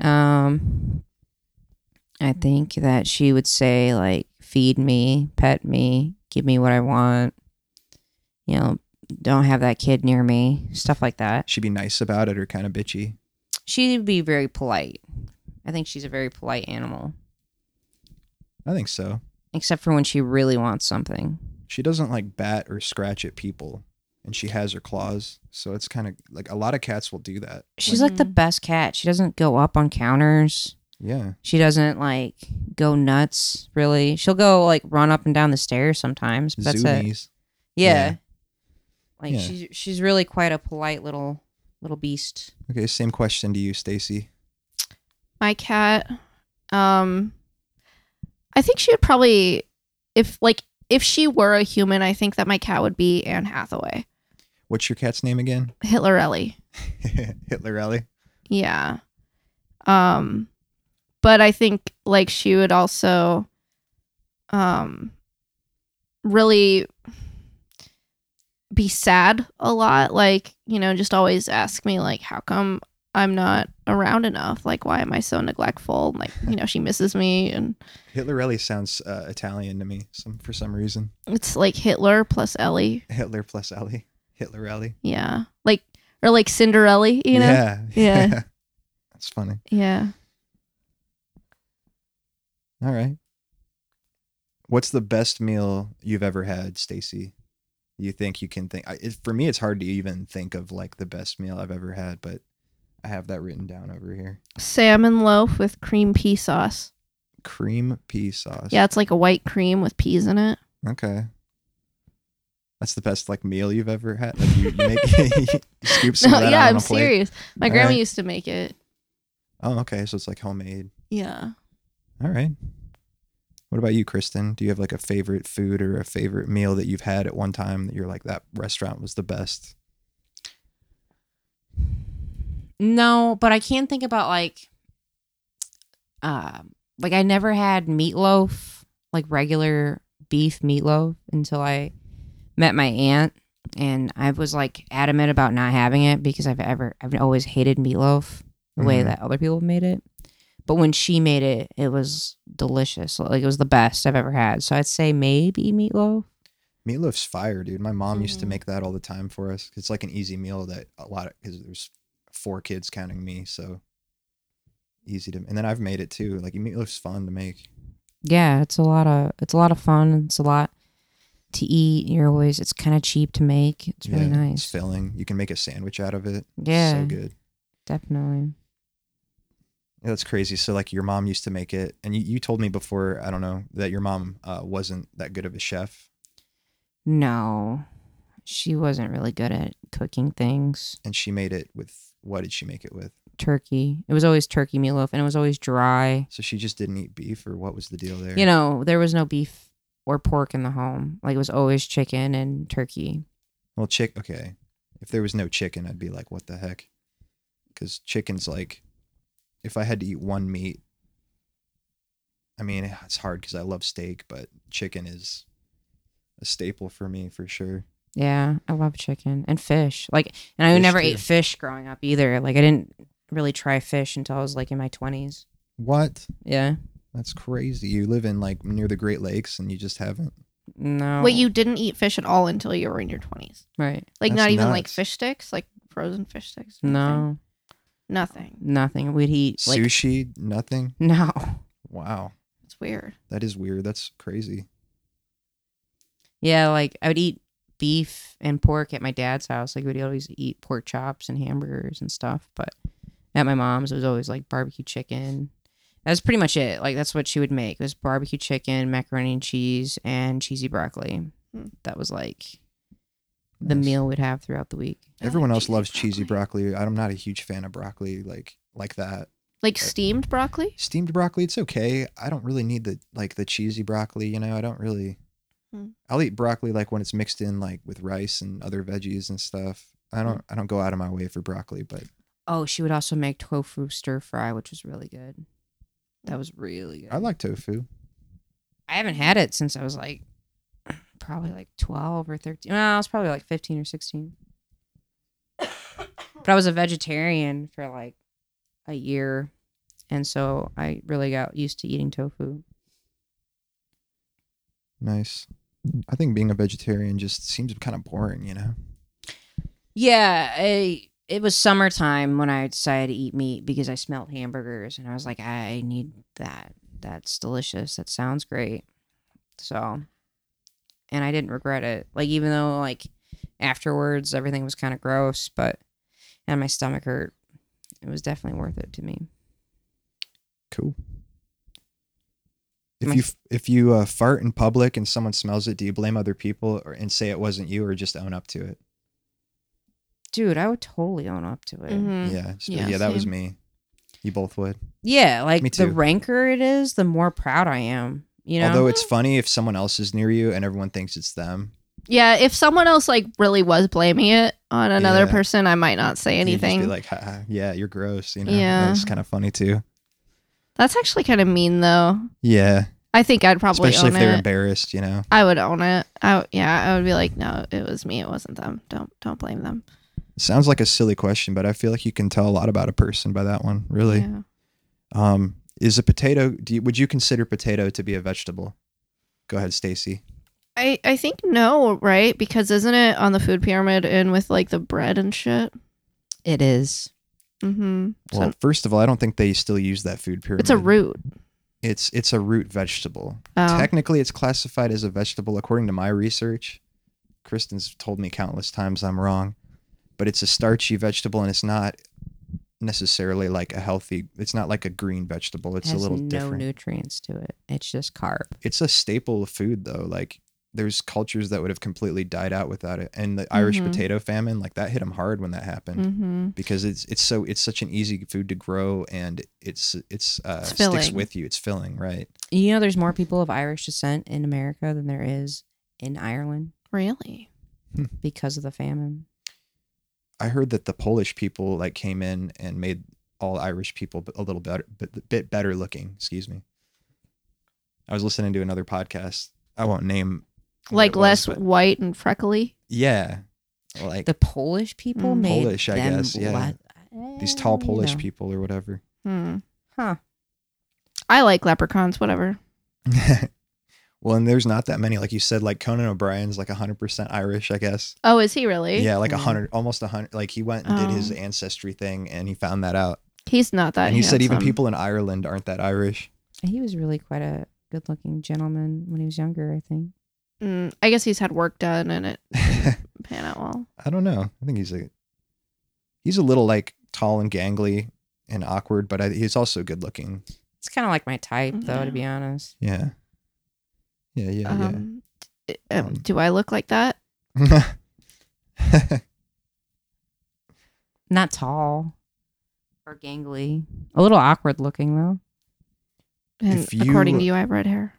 B: Um, I think that she would say like, "Feed me, pet me, give me what I want." You know, don't have that kid near me. Stuff like that.
A: She'd be nice about it or kind of bitchy.
B: She'd be very polite. I think she's a very polite animal,
A: I think so.
B: except for when she really wants something.
A: She doesn't like bat or scratch at people, and she has her claws. So it's kind of like a lot of cats will do that.
B: She's like the
C: Mhm.
B: best cat. She doesn't go up on counters.
A: Yeah.
B: She doesn't like go nuts. Really, she'll go like run up and down the stairs sometimes. But that's it.
A: Zoomies.
B: Yeah.
A: Yeah.
B: Like
A: Yeah.
B: she's she's really quite a polite little little beast.
A: Okay. Same question to you, Stacy.
C: my cat um i think she would probably if like if she were a human i think that my cat would be anne hathaway
A: What's your cat's name again?
C: hitler ellie
A: Hitler Ellie.
C: yeah um but i think like she would also um really be sad a lot like you know just always ask me like how come i'm not around enough like why am i so neglectful And, like you know she misses me and
A: Hitler Ellie sounds uh, Italian to me. Some for some reason.
C: It's like Hitler plus Ellie.
A: Hitler plus Ellie. Hitler Ellie.
C: Yeah. Like or like Cinderella, you know?
A: Yeah.
C: Yeah.
A: That's funny.
C: Yeah.
A: All right. What's the best meal you've ever had, Stacy? You think you can think? I, it, for me, it's hard to even think of like the best meal I've ever had, but I have that written down over here.
C: Salmon loaf with cream pea sauce.
A: Cream pea sauce.
C: Yeah, it's like a white cream with peas in it.
A: Okay. That's the best like meal you've ever had. Like you, you make you scoop some
C: No,
A: of that
C: yeah,
A: out
C: I'm
A: on a plate.
C: serious. My
A: All
C: grandma
A: right.
C: used to make it.
A: Oh, okay. So it's like homemade.
C: Yeah.
A: All right. What about you, Kristen? Do you have like a favorite food or a favorite meal that you've had at one time that you're like that restaurant was the best?
B: No, but I can think about like uh like I never had meatloaf, like regular beef meatloaf until I met my aunt and I was like adamant about not having it because I've ever I've always hated meatloaf the way
A: Mhm.
B: that other people made it. But when she made it, it was delicious. Like it was the best I've ever had. So I'd say maybe meatloaf.
A: Meatloaf's fire, dude. My mom used to
B: Mm-hmm.
C: Mhm.
A: make that all the time for us. It's like an easy meal that a lot of because there's four kids counting me, so easy to. And then I've made it too. Like meatloaf's fun to make.
B: yeah it's a lot of it's a lot of fun it's a lot to eat you're always it's kind of cheap to make it's really
A: It's
B: nice
A: filling. You can make a sandwich out of it. It's
B: Yeah.
A: so good.
B: definitely
A: Yeah, That's crazy. So like your mom used to make it, and you, you told me before. I don't know that your mom uh, wasn't that good of a chef,
B: no she wasn't really good at cooking things
A: and she made it with what did she make it with?
B: turkey it was always turkey meatloaf and it was always dry
A: So she just didn't eat beef, or what was the deal there?
B: you know there was no beef or pork in the home like it was always chicken and turkey
A: Well, chick. Okay, if there was no chicken, I'd be like, what the heck? Because chicken's like, if I had to eat one meat, I mean it's hard because I love steak, but chicken is a staple for me for sure.
B: yeah i love chicken and fish like and i
A: Fish
B: never
A: too.
B: ate fish growing up either like i didn't really try fish until i was like in my 20s
A: What?
B: yeah
A: That's crazy. You live in like near the Great Lakes, and you just haven't.
B: no
A: Oh.
C: Wait, you didn't eat fish at all until you were in your twenties.
B: right
C: Like
A: That's
C: not even like
A: nuts.
C: fish sticks, like frozen fish sticks.
B: No,
C: Nothing. Nothing.
B: nothing. We'd eat like
A: Sushi, nothing.
B: no.
A: Wow,
C: It's weird.
A: that is weird. That's crazy.
B: Yeah, like I would eat beef and pork at my dad's house. Like we'd always eat pork chops and hamburgers and stuff. But at my mom's, it was always like barbecue chicken. That was pretty much it. Like that's what she would make. It was barbecue chicken, macaroni and cheese, and cheesy broccoli.
C: Hmm.
B: That was like the
A: Nice.
B: meal we'd have throughout the week.
A: Everyone else loves cheesy broccoli. I'm not a huge fan of broccoli like like that.
C: Like steamed broccoli?
A: Steamed broccoli, it's okay. I don't really need the like the cheesy broccoli, you know. I don't really.
C: Hmm.
A: I'll eat broccoli like when it's mixed in like with rice and other veggies and stuff.
C: Hmm.
A: I don't. I don't go out of my way for broccoli, but
B: Oh, she would also make tofu stir fry, which was really good. That was really good.
A: I like tofu.
B: I haven't had it since I was like probably like 12 or 13. No, I was probably like 15 or 16. but I was a vegetarian for like a year. And so I really got used to eating tofu.
A: Nice. I think being a vegetarian just seems kind of boring, you know.
B: Yeah, I, it was summertime when I decided to eat meat because I smelled hamburgers and I was like, I need that. That's delicious. That sounds great. So, and I didn't regret it. Like, even though, like, afterwards everything was kind of gross, but, and my stomach hurt, it was definitely worth it to me.
A: Cool. If
B: My-
A: you f- if you uh, fart in public and someone smells it, do you blame other people or, and say it wasn't you, or just own up to it?
B: Dude, I would totally own up to it.
C: Mm-hmm.
A: Yeah, just be,
C: Yeah,
A: yeah, that was
C: same.
A: me. You both would.
B: Yeah,
A: Me
B: like, the
A: too.
B: ranker it is, the more proud I am. You know?
A: Although it's funny if someone else is near you and everyone thinks it's them.
C: Yeah, if someone else like really was blaming it on another
A: Yeah.
C: person, I might not say
A: You'd just be
C: anything.
A: like, "Ha, ha, yeah, you're gross. You know,
C: Yeah.
A: it's kind of funny too.
C: That's actually kind of mean though.
A: Yeah,
C: I think I'd probably
A: especially
C: own
A: if they're
C: it.
A: embarrassed. You know,
C: I would own it. I w- yeah, I would be like, no, it was me. It wasn't them. Don't don't blame them.
A: sounds like a silly question, but I feel like you can tell a lot about a person by that one. Really,
C: Yeah.
A: um, is a potato? Do you, would you consider potato to be a vegetable? Go ahead, Stacy.
C: I I think no, right? Because isn't it on the food pyramid and with like the bread and shit?
B: it is.
C: Mm-hmm. So
A: Well, first of all, I don't think they still use that food pyramid.
C: it's a root.
A: It's it's a root vegetable.
C: Oh.
A: Technically, it's classified as a vegetable according to my research. Kristen's told me countless times I'm wrong, but it's a starchy vegetable and it's not necessarily like a healthy. It's not like a green vegetable. It's
B: it
A: a
B: has
A: little
B: no
A: different.
B: nutrients to it. It's just carb.
A: it's a staple of food though. Like there's cultures that would have completely died out without it. And the Irish
C: Mhm.
A: potato famine, like that hit them hard when that happened.
C: mm-hmm.
A: Because it's it's so it's such an easy food to grow and it's it's uh,
C: It's
A: sticks
C: filling.
A: with you. It's filling, right?
B: You know, there's more people of Irish descent in America than there is in Ireland
C: Really?
B: because of the famine.
A: I heard that the Polish people like came in and made all Irish people a little better, bit, bit better looking. Excuse me. I was listening to another podcast. I won't name. what
C: Like
A: it was,
C: less
A: but-
C: white and freckly?
A: yeah, like
B: The Polish people
C: Mm.
B: made
A: Polish, I
B: them
A: guess, yeah.
B: le-
A: these
B: Eh,
A: tall
B: you
A: Polish
B: know.
A: people or whatever.
C: Hmm.
B: Huh.
C: I like leprechauns. Whatever.
A: well, and there's not that many, like you said. Like Conan O'Brien's like 100% Irish, I guess.
C: Oh, is he really?
A: Yeah, like a
B: Mm.
A: 100, almost a 100. Like he went and did his
C: Oh.
A: ancestry thing, and he found that out.
C: He's not that.
A: and he said even
C: handsome.
A: people in Ireland aren't that Irish.
B: He was really quite a good looking gentleman when he was younger, I think.
C: Mm, I guess he's had work done and it pan out well.
A: I don't know. I think he's a he's a little like tall and gangly and awkward, but I, he's also good looking.
B: It's kind of like my type, though, to be honest.
A: Yeah, yeah, yeah,
C: Um, d- um,
A: Um,
C: do I look like that?
A: yeah.
B: Not tall or gangly. A little awkward looking, though.
C: And
A: If you-
C: according to you, I have red hair.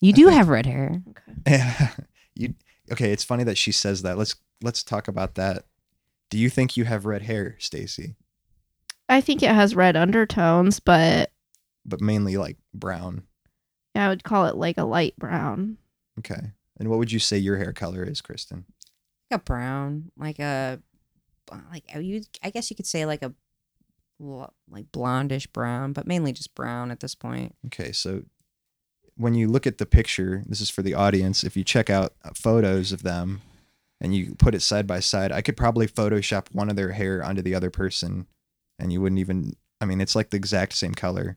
B: You
A: I
B: do
A: think-
B: have red hair.
C: Okay.
A: you okay? It's funny that she says that. Let's let's talk about that. Do you think you have red hair, Stacy?
C: I think it has red undertones, but
A: But mainly like brown.
C: I would call it like a light brown.
A: Okay. And what would you say your hair color is, Kristen?
B: like a brown, like a like I you. I guess you could say like a bl- like blondish brown, but mainly just brown at this point.
A: Okay, so when you look at the picture, this is for the audience. If you check out uh, photos of them and you put it side by side, I could probably Photoshop one of their hair onto the other person, and you wouldn't even. I mean, it's like the exact same color.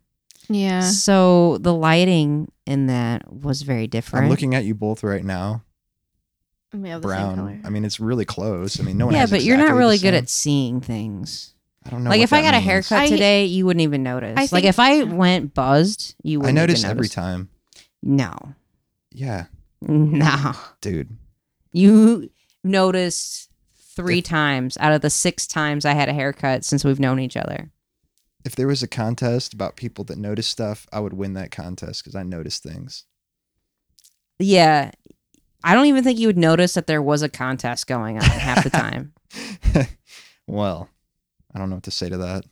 C: Yeah.
B: So the lighting in that was very different.
A: I'm looking at you both right now,
C: We have the same color.
A: brown. I mean, it's really close. I mean, no one.
B: yeah,
A: has
B: but you're
A: exactly
B: not
A: the
B: really
A: same.
B: good at seeing things.
A: I don't know.
B: like
A: what
B: if I
A: that
B: got a
A: means.
B: haircut
C: I-
B: today, you wouldn't even notice.
C: I
B: like
C: think-
B: if I went buzzed,
A: I
B: you wouldn't.
A: notice
B: even
A: every
B: notice.
A: time.
B: No,
A: Yeah,
B: no,
A: dude.
B: you noticed three times out of the six times I had a haircut since we've known each other.
A: if there was a contest about people that notice stuff, I would win that contest because I notice things.
B: Yeah. I don't even think you would notice that there was a contest going on half the time.
A: well, I don't know what to say to that.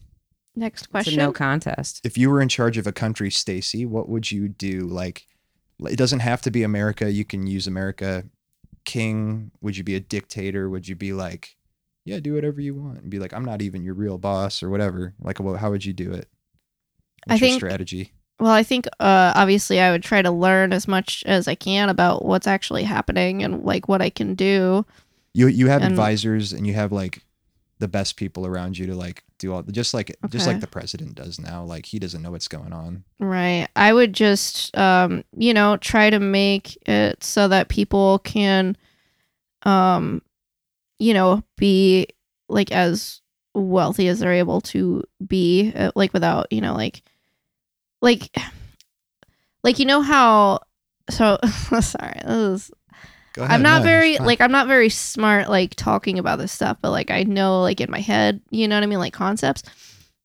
C: Next
B: it's a
C: question.
B: no contest.
A: If you were in charge of a country, Stacy, what would you do? Like, it doesn't have to be America. You can use America. King, would you be a dictator? Would you be like, yeah, do whatever you want, and be like, I'm not even your real boss or whatever. Like, well, how would you do it?
C: I
A: What's your
C: think-
A: strategy?
C: Well, I think uh, obviously I would try to learn as much as I can about what's actually happening and like what I can do.
A: You you have
C: And-
A: advisors and you have like the best people around you to like do all just like just
C: Okay.
A: like the president does now. Like he doesn't know what's going on.
C: Right. I would just, um, you know, try to make it so that people can, um, you know, be like as wealthy as they're able to be, uh, like without, you know, like, like, like you know how. So sorry, this is
A: Go
C: I'm
A: ahead,
C: not
A: no,
C: very
A: it's fine.
C: like I'm not very smart like talking about this stuff, but like I know like in my head, you know what I mean, like concepts.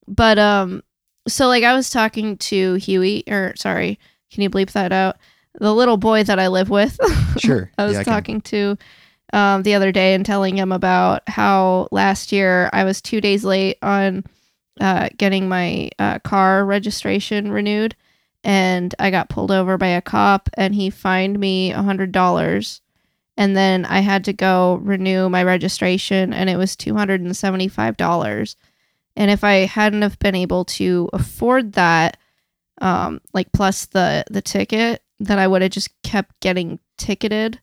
C: But um so like I was talking to Huey or sorry, can you bleep that out? The little boy that I live with.
A: sure.
C: I was
A: Yeah, can-
C: talking to um, the other day and telling him about how last year I was two days late on uh, getting my uh, car registration renewed, and I got pulled over by a cop, and he fined me a hundred dollars, and then I had to go renew my registration, and it was two hundred and seventy five dollars, and if I hadn't have been able to afford that, um, like plus the the ticket, then I would have just kept getting ticketed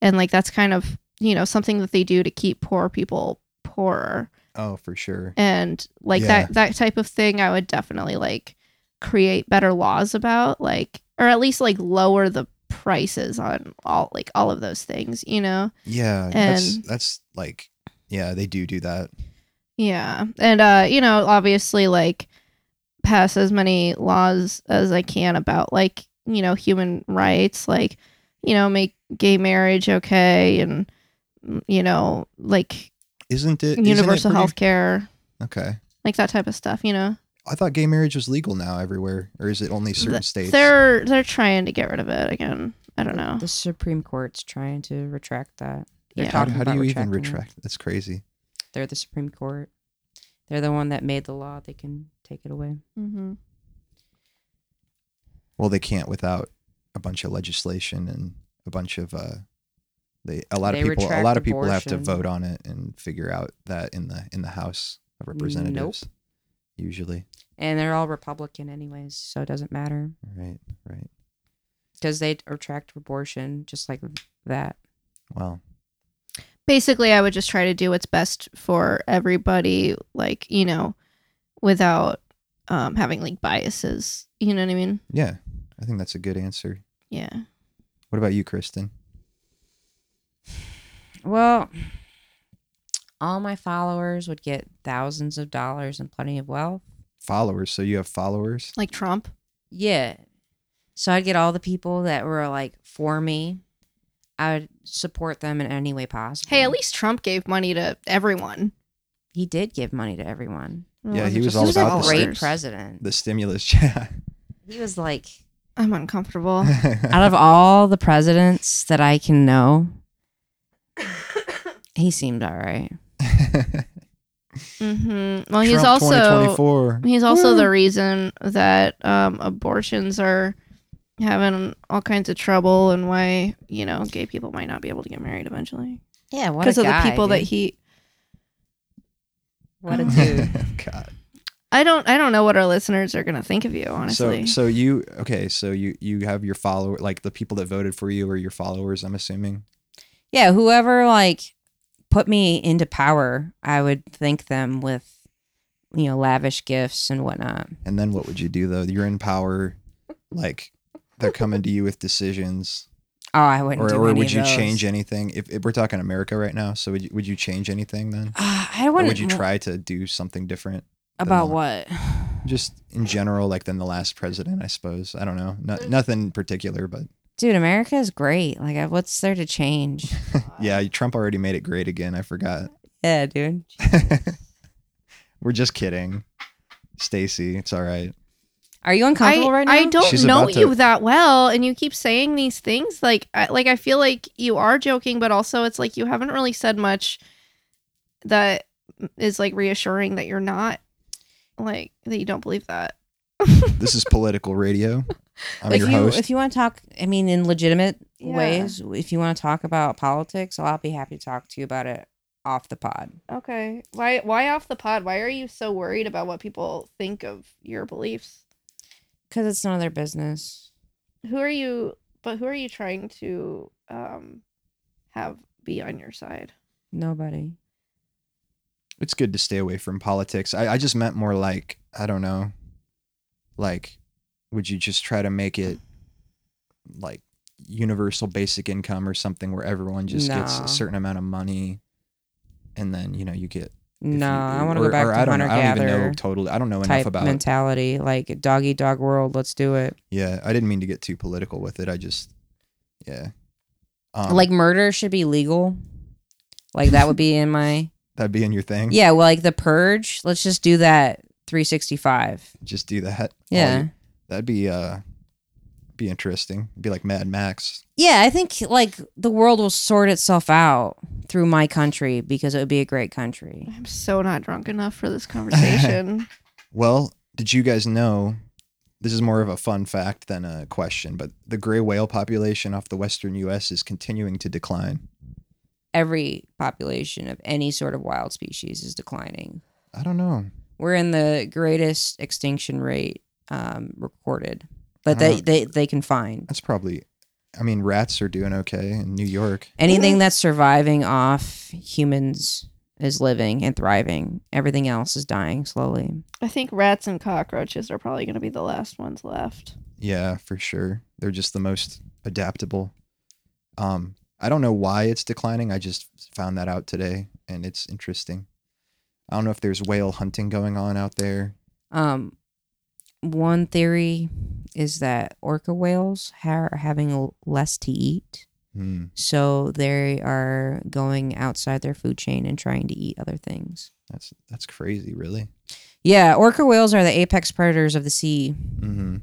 C: and like that's kind of you know something that they do to keep poor people poorer
A: Oh, for sure.
C: and like
A: Yeah.
C: that that type of thing i would definitely like create better laws about like or at least like lower the prices on all like all of those things you know
A: Yeah, that's
C: and-
A: that's like yeah, they do do that.
C: yeah and uh you know obviously like pass as many laws as i can about like you know human rights like you know make gay marriage okay and you know like
A: Isn't it isn't it
C: universal
A: pretty-
C: health care
A: Okay.
C: like that type of stuff you know
A: I thought gay marriage was legal now everywhere, or is it only certain states?
C: they're they're trying to get rid of it again i don't know
B: The Supreme Court's trying to retract that. They're
C: Yeah.
A: how,
B: talking
A: how
B: about
A: do you even
B: retracting it.
A: retract? That's crazy.
B: They're the Supreme Court. They're the one that made the law. They can take it away.
C: mm-hmm.
A: Well, they can't without a bunch of legislation and a bunch of uh they a lot of
B: They
A: people a
B: retract
A: lot of people have
B: abortion.
A: to vote on it and figure out that in the in the House of Representatives. Usually.
B: And they're all Republican, anyways, so it doesn't matter
A: Right, right.
B: because they retract abortion just like that.
A: Well,
C: basically i would just try to do what's best for everybody like you know without um having like biases you know what i mean
A: yeah. I think that's a good answer.
C: yeah
A: What about you, Kristen?
B: Well, all my followers would get thousands of dollars and plenty of wealth.
A: Followers. So you have followers?
C: like trump
B: Yeah. So I'd get all the people that were like for me. I would support them in any way possible.
C: hey at least trump gave money to everyone
B: he did give money to everyone.
A: Yeah,
C: It
A: he
C: wasn't
A: was
C: just
A: all
B: he was
A: about
B: a
A: the
C: followers.
B: great
A: state.
B: president.
A: The stimulus, yeah.
B: he was like
C: i'm uncomfortable
B: out of all the presidents that I can know, he seemed all right.
C: mm-hmm. well he's
A: Trump
C: also
A: 2024.
C: He's also
B: Mm.
C: the reason that um, abortions are having all kinds of trouble and why, you know, gay people might not be able to get married eventually.
B: Yeah, what
C: Because
B: because
C: of the people that he
B: what a
C: Oh.
B: dude.
A: God.
C: I don't I don't know what our listeners are gonna think of you, honestly.
A: So so you okay, so you you have your follower like the people that voted for you are your followers, I'm assuming.
B: yeah, whoever like put me into power, I would thank them with you know lavish gifts and whatnot.
A: And then what would you do though? You're in power, like they're coming to you with decisions.
B: Oh, I wouldn't.
A: Or,
B: do
A: or
B: any
A: would
B: of
A: you
B: those.
A: change anything? If, if we're talking America right now, so would you, would you change anything then?
B: Uh, I
A: Or
B: wouldn't.
A: would you try to do something different?
B: about
A: the-
B: what?
A: Just in general, like than the last president, I suppose. I don't know. No,
B: Mm.
A: nothing particular, but
B: Dude, America is great. Like, I- what's there to change?
A: yeah, Trump already made it great again. I forgot.
B: yeah, dude.
A: We're just kidding. Stacy. It's all right.
B: Are you uncomfortable
C: I,
B: right now?
C: I don't
A: She's
C: know
A: about to-
C: you that well, and you keep saying these things. Like, I, like I feel like you are joking, but also it's like you haven't really said much that is like reassuring that you're not like that you don't believe that.
A: This is political radio. I'm
B: if
A: your
B: you
A: host.
B: if you want to talk, I mean, in legitimate
C: Yeah.
B: ways, if you want to talk about politics, I'll be happy to talk to you about it off the pod.
C: Okay, why why off the pod? Why are you so worried about what people think of your beliefs?
B: Because it's none of their business.
C: Who are you? But who are you trying to um have be on your side?
B: Nobody.
A: it's good to stay away from politics. I, I just meant more like, I don't know, like, would you just try to make it like universal basic income or something where everyone just gets
B: No.
A: a certain amount of money and then, you know, you get. if
B: No,
A: you-
B: I want to
A: or-
B: go back
A: or
B: to
A: I don't,
B: hunter
A: I don't even
B: gatherer
A: know totally. I don't know enough
B: type
A: about.
B: mentality, like dog eat dog world. Let's do it.
A: Yeah, I didn't mean to get too political with it. I just, yeah. Um,
B: like murder should be legal. Like that would be in my
A: that'd be in your thing.
B: yeah. Well, like the purge. Let's just do that. Three sixty five.
A: Just do that. All
B: Yeah.
A: you- that'd be uh, be interesting. Be like Mad Max.
B: Yeah, I think like the world will sort itself out through my country because it would be a great country.
C: I'm so not drunk enough for this conversation.
A: Well, did you guys know? This is more of a fun fact than a question, but the gray whale population off the western U.S. is continuing to decline.
B: Every population of any sort of wild species is declining.
A: I don't know.
B: We're in the greatest extinction rate um, recorded that
A: I
B: they,
A: don't-
B: they, they can find.
A: That's probably. I mean, rats are doing okay in New York.
B: Anything that's surviving off humans is living and thriving. Everything else is dying slowly.
C: I think rats and cockroaches are probably going to be the last ones left.
A: Yeah, for sure. They're just the most adaptable. Um, I don't know why it's declining. I just found that out today, and it's interesting. I don't know if there's whale hunting going on out there.
B: Um, one theory is that orca whales ha- are having l- less to eat,
A: Hmm,
B: so they are going outside their food chain and trying to eat other things.
A: that's that's crazy, really.
B: Yeah, orca whales are the apex predators of the sea.
A: hmm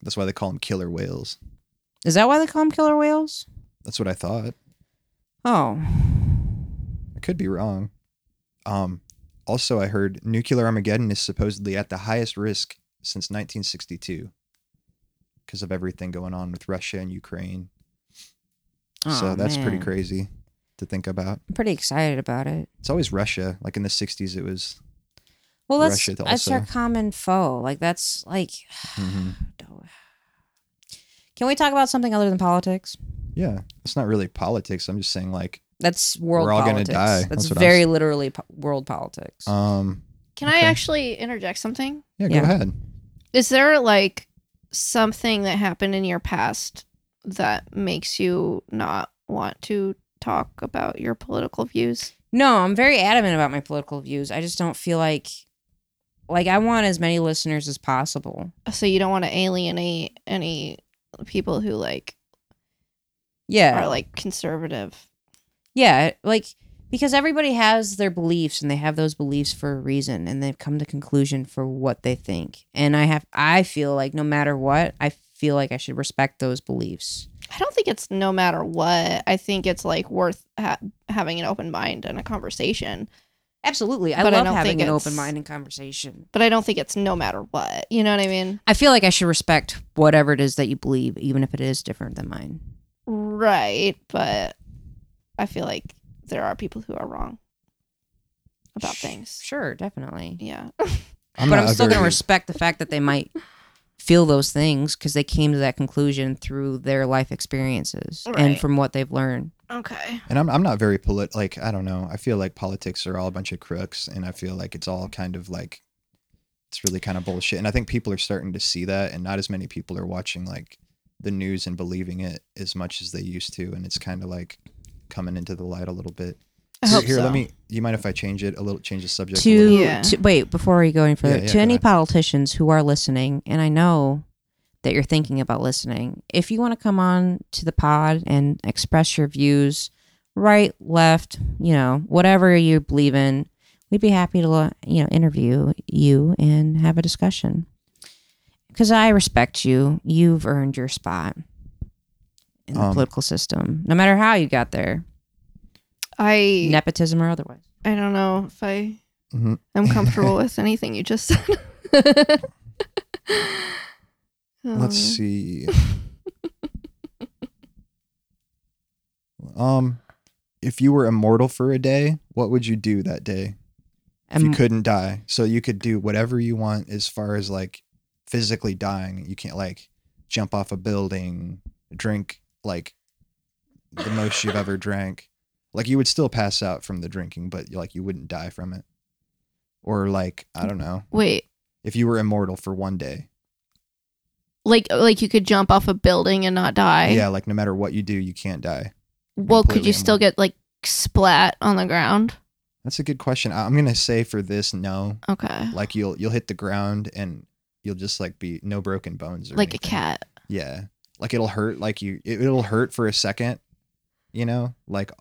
A: That's why they call them killer whales.
B: Is that why they call them killer whales?
A: That's what I thought.
B: Oh,
A: I could be wrong. Um, also, I heard nuclear Armageddon is supposedly at the highest risk since 1962 because of everything going on with Russia and Ukraine. so
B: Aw,
A: that's pretty
B: Oh, man.
A: crazy to think about.
B: I'm pretty excited about it.
A: It's always Russia. Like in the 60s, it was.
B: Well, that's
A: Russia
B: that's our
A: also.
B: common foe. Like that's like.
A: Mhm.
B: don't- Can we talk about something other than politics?
A: Yeah, it's not really politics. I'm just saying, like,
B: That's world
A: We're all gonna
B: politics.
A: die.
B: That's,
A: That's what I was-
B: very literally po- world politics.
A: um,
C: Can I
A: Okay.
C: actually interject something?
A: yeah, go
B: Yeah.
A: ahead.
C: Is there like something that happened in your past that makes you not want to talk about your political views?
B: no, I'm very adamant about my political views. I just don't feel like like I want as many listeners as possible.
C: So you don't want to alienate any people who like
B: Yeah.
C: are like conservative.
B: yeah, like because everybody has their beliefs and they have those beliefs for a reason and they've come to conclusion for what they think. And I have I feel like no matter what, I feel like I should respect those beliefs.
C: I don't think it's no matter what. I think it's like worth ha- having an open mind and a conversation.
B: Absolutely. I
C: But I
B: love
C: don't
B: having
C: think
B: an
C: it's-
B: open mind and conversation.
C: But I don't think it's no matter what. You know what I mean?
B: I feel like I should respect whatever it is that you believe, even if it is different than mine.
C: Right, but I feel like there are people who are wrong about
B: Sh-
C: things.
B: Sure, definitely.
C: Yeah.
A: I'm
B: but
A: not
B: I'm
A: a
B: still going to
A: very-
B: respect the fact that they might feel those things because they came to that conclusion through their life experiences and
C: Right.
B: from what they've learned.
C: Okay.
A: And I'm I'm not very polit like I don't know. I feel like politics are all a bunch of crooks and I feel like it's all kind of like it's really kind of bullshit. And I think people are starting to see that and not as many people are watching like the news and believing it as much as they used to and it's kind of like coming into the light a little bit.
C: I
A: Here-
C: hope
A: Here,
C: so.
A: let me you mind if I change it a little change the subject a
B: To,
A: little?
C: Yeah.
B: to- wait, before we go any further,
A: Yeah, yeah,
B: to
A: go
B: any
A: ahead.
B: politicians who are listening, and I know that you're thinking about listening, if you want to come on to the pod and express your views, right, left, you know, whatever you believe in, we'd be happy to uh, you know interview you and have a discussion because i respect you you've earned your spot in the
A: Um,
B: political system no matter how you got there
C: I
B: nepotism or otherwise
C: I don't know if I
A: Mhm.
C: am comfortable with anything you just said. Um,
A: Let's see. um, if you were immortal for a day, what would you do that day? If you
B: Im-
A: couldn't die, so you could do whatever you want as far as like physically dying. You can't like jump off a building, drink like the most you've ever drank. Like you would still pass out from the drinking, but like you wouldn't die from it. Or like I don't know,
C: Wait,
A: if you were immortal for one day.
C: like like you could jump off a building and not die.
A: yeah, like no matter what you do, you can't die.
C: Well, could
A: completely
C: you still get like splat on the ground?
A: That's a good question. I- I'm gonna say for this, no.
C: Okay.
A: Like you'll you'll hit the ground and you'll just like be no broken bones or
C: Like a
A: anything.
C: cat.
A: Yeah, like it'll hurt. Like you, it, it'll hurt for a second. You know, like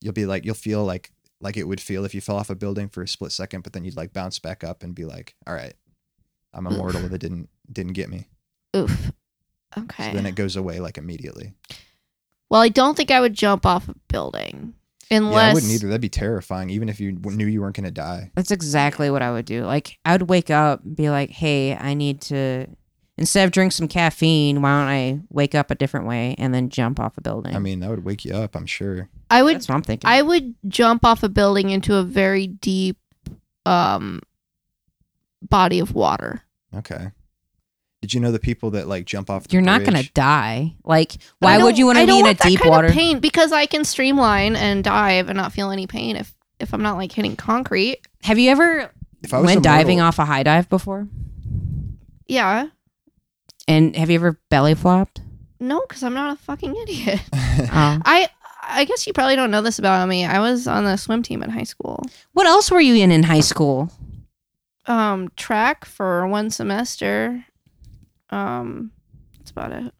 A: you'll be like you'll feel like like it would feel if you fell off a building for a split second, but then you'd like bounce back up and be like, all right,
C: Mm.
A: I'm immortal if it didn't didn't get me.
C: Oof. Okay.
A: So then it goes away like immediately.
C: well, I don't think I would jump off a building
A: Yeah, I
C: unless
A: wouldn't either. That'd be terrifying. Even if you w- knew you weren't gonna die.
B: That's exactly what I would do. Like I would wake up and be like, "Hey, I need to instead of drink some caffeine, why don't I wake up a different way and then jump off a building?"
A: I mean, that would wake you up. I'm sure.
C: I would
B: that's what I'm thinking.
C: I would jump off a building into a very deep um body of water.
A: Okay. Did you know the people that like jump off? The
B: You're not going
A: bridge?
B: to die. Like
C: I
B: why
C: don't-
B: would you want
C: I
B: to
C: don't
B: be in a
C: want that
B: deep
C: kind of
B: water?
C: pain because I can streamline and dive and not feel any pain if if I'm not like hitting concrete.
B: Have you ever
A: If I was
B: went diving
A: immortal-
B: off a high dive before?
C: Yeah.
B: And have you ever belly flopped?
C: No, because I'm not a fucking idiot.
A: Ah.
B: Oh.
C: I I guess you probably don't know this about me. I was on the swim team in high school.
B: What else were you in in high school?
C: Um, track for one semester. Um, that's about it.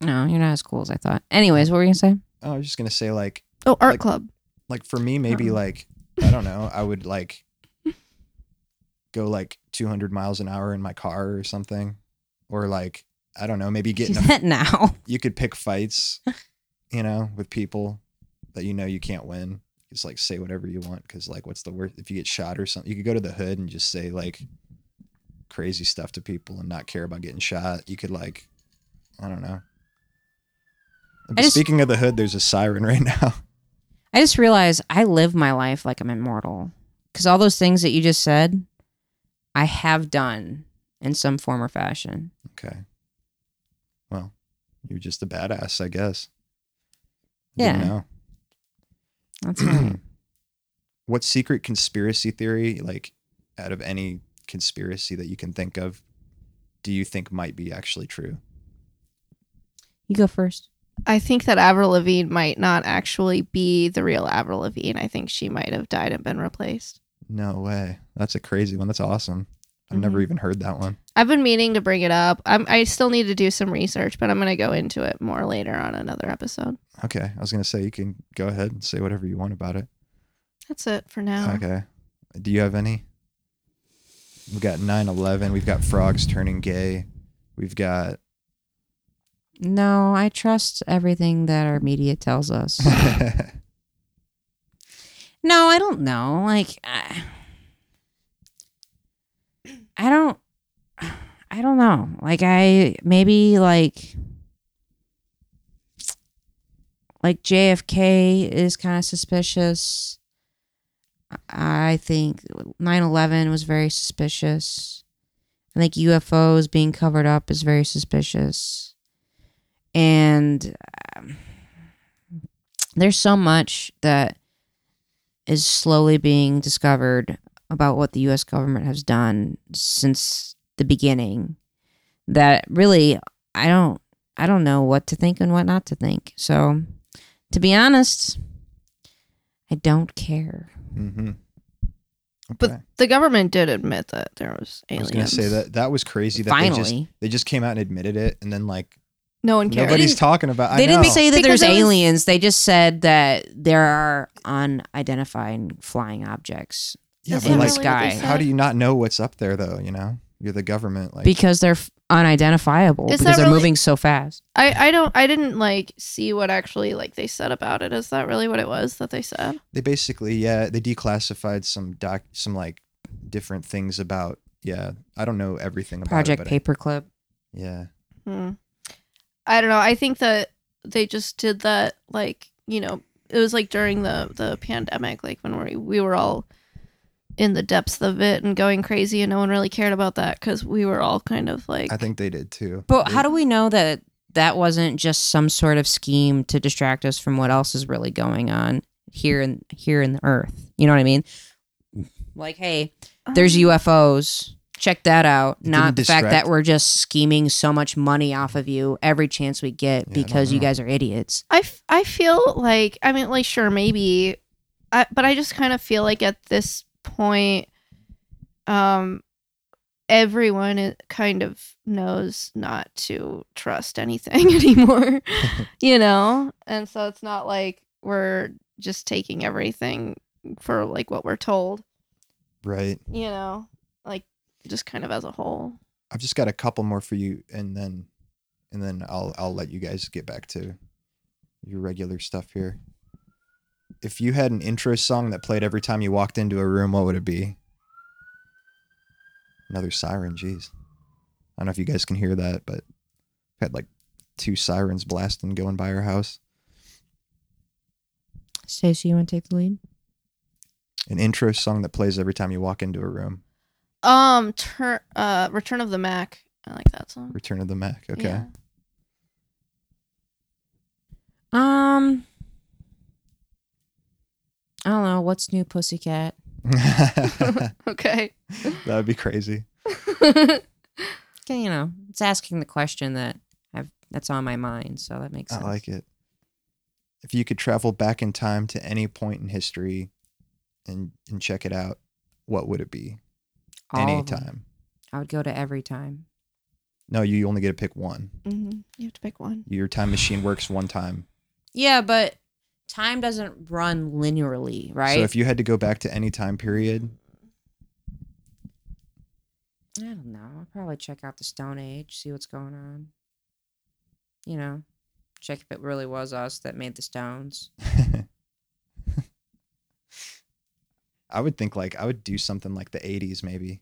B: No, you're not as cool as I thought. Anyways, what were you going to say?
A: Oh, I was just gonna say like
C: Oh, art
A: Like-
C: club.
A: like for me maybe
C: Uh-uh.
A: like I don't know I would like go like 200 miles an hour in my car or something or like I don't know maybe get
B: Do
A: in a,
B: that now.
A: you could pick fights you know with people that you know you can't win just like say whatever you want because like what's the worst if you get shot or something you could go to the hood and just say like crazy stuff to people and not care about getting shot you could like I don't know
B: I just-
A: speaking of the hood there's a siren right now
B: I just realized I live my life like I'm immortal because all those things that you just said, I have done in some form or fashion.
A: Okay. Well, you're just a badass, I guess.
B: Yeah.
A: know.
B: That's right.
A: what secret conspiracy theory, like out of any conspiracy that you can think of, do you think might be actually true?
B: you go first.
C: I think that Avril Lavigne might not actually be the real Avril Lavigne. I think she might have died and been replaced.
A: No way. That's a crazy one. That's awesome. I've never even heard that one.
C: I've been meaning to bring it up. I'm, I still need to do some research, but I'm going to go into it more later on another episode.
A: Okay. I was going to say you can go ahead and say whatever you want about it.
C: That's it for now.
A: Okay. Do you have any? We've got 9 11. We've got frogs turning gay. We've got
B: No, I trust everything that our media tells us.
A: Mm-hmm.
B: no, I don't know. Like, I, I don't, I don't know. Like, I maybe like, like JFK is kind of suspicious. I think 9 11 was very suspicious. I think UFOs being covered up is very suspicious. And um, there's so much that is slowly being discovered about what the US government has done since the beginning that really I don't I don't know what to think and what not to think. So to be honest, I don't care.
A: Mm-hmm.
C: But the government did admit that there was
A: I was
C: aliens.
A: gonna say that that was crazy that
B: Finally.
A: they just they just came out and admitted it, and then like
C: No one cared.
A: nobody's
B: didn't-
A: talking about.
B: they
A: I know.
B: didn't say that
C: Because
B: there's
C: it was-
B: aliens. They just said that there are unidentified flying objects
A: Yeah,
C: That's
A: but
B: in the
A: like,
C: really what they
B: sky.
A: how
C: said.
A: do you not know what's up there though? You know, you're the government. Like,
B: because they're f- unidentifiable
C: Is
B: because
C: that
B: they're
C: really-
B: moving so fast.
C: I I don't I didn't like see what actually like they said about it. Is that really what it was that they said?
A: they basically, yeah, they declassified some doc, some like different things about. Yeah, I don't know everything about
B: Project
A: it, but I-
B: Paperclip.
A: yeah,
C: Hmm. I don't know. I think that they just did that like you know it was like during the the pandemic like when we we were all in the depths of it and going crazy and no one really cared about that because we were all kind of like
A: I think they did too.
B: But
A: They-
B: how do we know that that wasn't just some sort of scheme to distract us from what else is really going on here in here in the earth? You know what I mean? Like, hey, there's
C: Um,
B: UFOs. Check that out.
A: It
B: Not
A: didn't
B: the fact that
A: distract-
B: we're just scheming so much money off of you every chance we get
A: Yeah, I don't
B: because you
A: know.
B: guys are idiots.
C: I, f- I feel like I mean like sure maybe I, but I just kind of feel like at this point um everyone i- kind of knows not to trust anything anymore you know and so it's not like we're just taking everything for like what we're told
A: Right.
C: you know like just kind of as a whole
A: I've just got a couple more for you, and then, and then I'll I'll let you guys get back to your regular stuff here. If you had an intro song that played every time you walked into a room, what would it be? Another siren. Jeez, I don't know if you guys can hear that, but we had like two sirens blasting going by our house.
B: Stacey, you want to take the lead?
A: An intro song that plays every time you walk into a room.
C: um turn uh return of the mac i like that song
A: Return of the Mac. Okay.
C: Yeah.
B: Um, I don't know. What's new, Pussycat?
C: okay
A: that would be crazy.
B: Okay, you know, it's asking the question that I've that's on my mind, so that makes
A: I
B: sense.
A: like it. If you could travel back in time to any point in history and and check it out, what would it be?
B: All
A: any
B: of them.
A: time.
B: I would go to every time.
A: No, you only get to pick one.
C: Mhm. you have to pick one
A: Your time machine works one time.
B: Yeah, but time doesn't run linearly, right?
A: So if you had to go back to any time period,
B: I don't know. I'll probably check out the Stone Age, see what's going on. You know, check if it really was us that made the stones.
A: I would think like I would do something like the 80s maybe.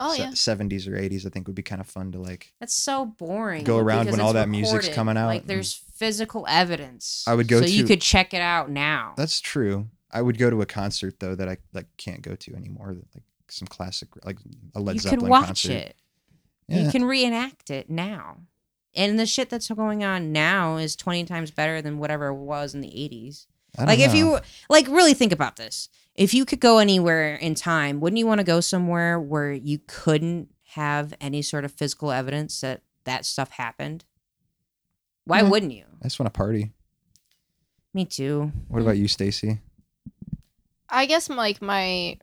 C: Oh
A: Se-
C: yeah.
A: 70s or 80s I think would be kind of fun to like
B: That's so boring.
A: Go around
B: because
A: when all
B: it's
A: that music's
B: recorded.
A: coming out
B: Like
A: and-
B: there's physical evidence.
A: I would go
B: so you
A: to-
B: could check it out now.
A: That's true. I would go to a concert though that I like can't go to anymore that like some classic like a Led
B: you
A: Zeppelin
B: could watch
A: concert.
B: it.
A: Yeah.
B: You can reenact it now. And the shit that's going on now is 20 times better than whatever it was in the 80s.
A: I don't
B: Like, if
A: know.
B: you, like, really think about this. If you could go anywhere in time, wouldn't you want to go somewhere where you couldn't have any sort of physical evidence that that stuff happened? Why
C: Mhm.
B: wouldn't you?
A: I just want to party.
B: Mm-hmm. Me too.
A: What about you, Stacy?
C: I guess like my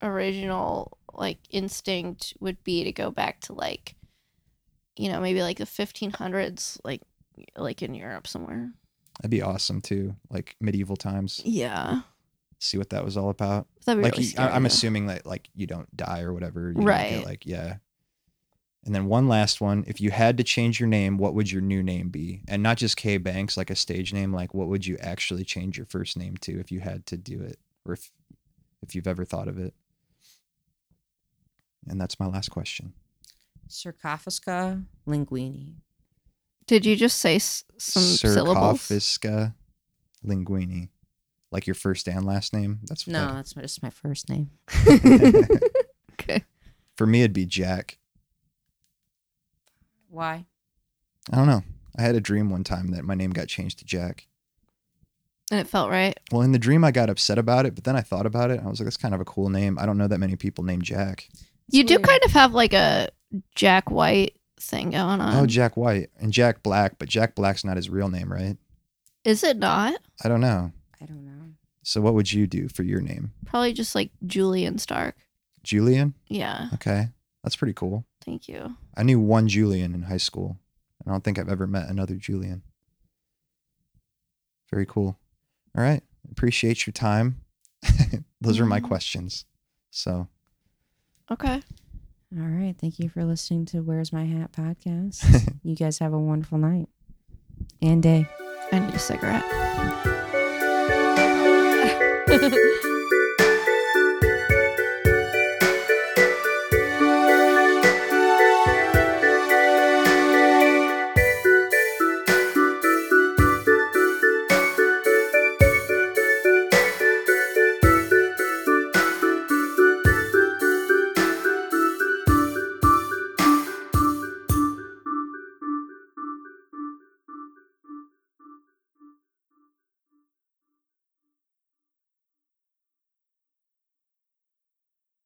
C: original like instinct would be to go back to like you know, maybe like the 1500s like like in Europe somewhere.
A: That'd be awesome too. Like medieval times.
C: Yeah.
A: See what that was all about.
C: That'd be
A: Like
C: really
A: you, I,
C: scary,
A: I'm
C: though.
A: assuming that like you don't die or whatever. You don't get,
C: Right.
A: like yeah. And then one last one. If you had to change your name, what would your new name be? And not just K Banks, like a stage name. Like what would you actually change your first name to if you had to do it, or if if you've ever thought of it? And that's my last question.
B: Sarcophaga linguini.
C: Did you just say s- some syllables?
A: Sarcophisca linguini, like your first and last name. That's what
B: No,
A: that-
B: that's just my first name.
C: okay.
A: For me, it'd be Jack.
B: Why?
A: I don't know. I had a dream one time that my name got changed to Jack.
C: And it felt right.
A: Well, in the dream, I got upset about it, but then I thought about it. And I was like, that's kind of a cool name. I don't know that many people named Jack.
C: You do
B: weird.
C: kind of have like a Jack White thing going on.
A: oh, Jack White and Jack Black, but Jack Black's not his real name, right?
C: Is it not?
A: I don't know.
B: I don't know.
A: So, what would you do for your name?
C: Probably just like Julian Stark.
A: Julian?
C: Yeah.
A: Okay. That's pretty cool.
C: Thank you.
A: I knew one Julian in high school. I don't think I've ever met another Julian. Very cool. All right. Appreciate your time. Those are my
C: Mhm.
A: questions. So
C: Okay.
B: All right. Thank you for listening to Where's My Hat podcast. you guys have a wonderful night and day.
C: I need a cigarette.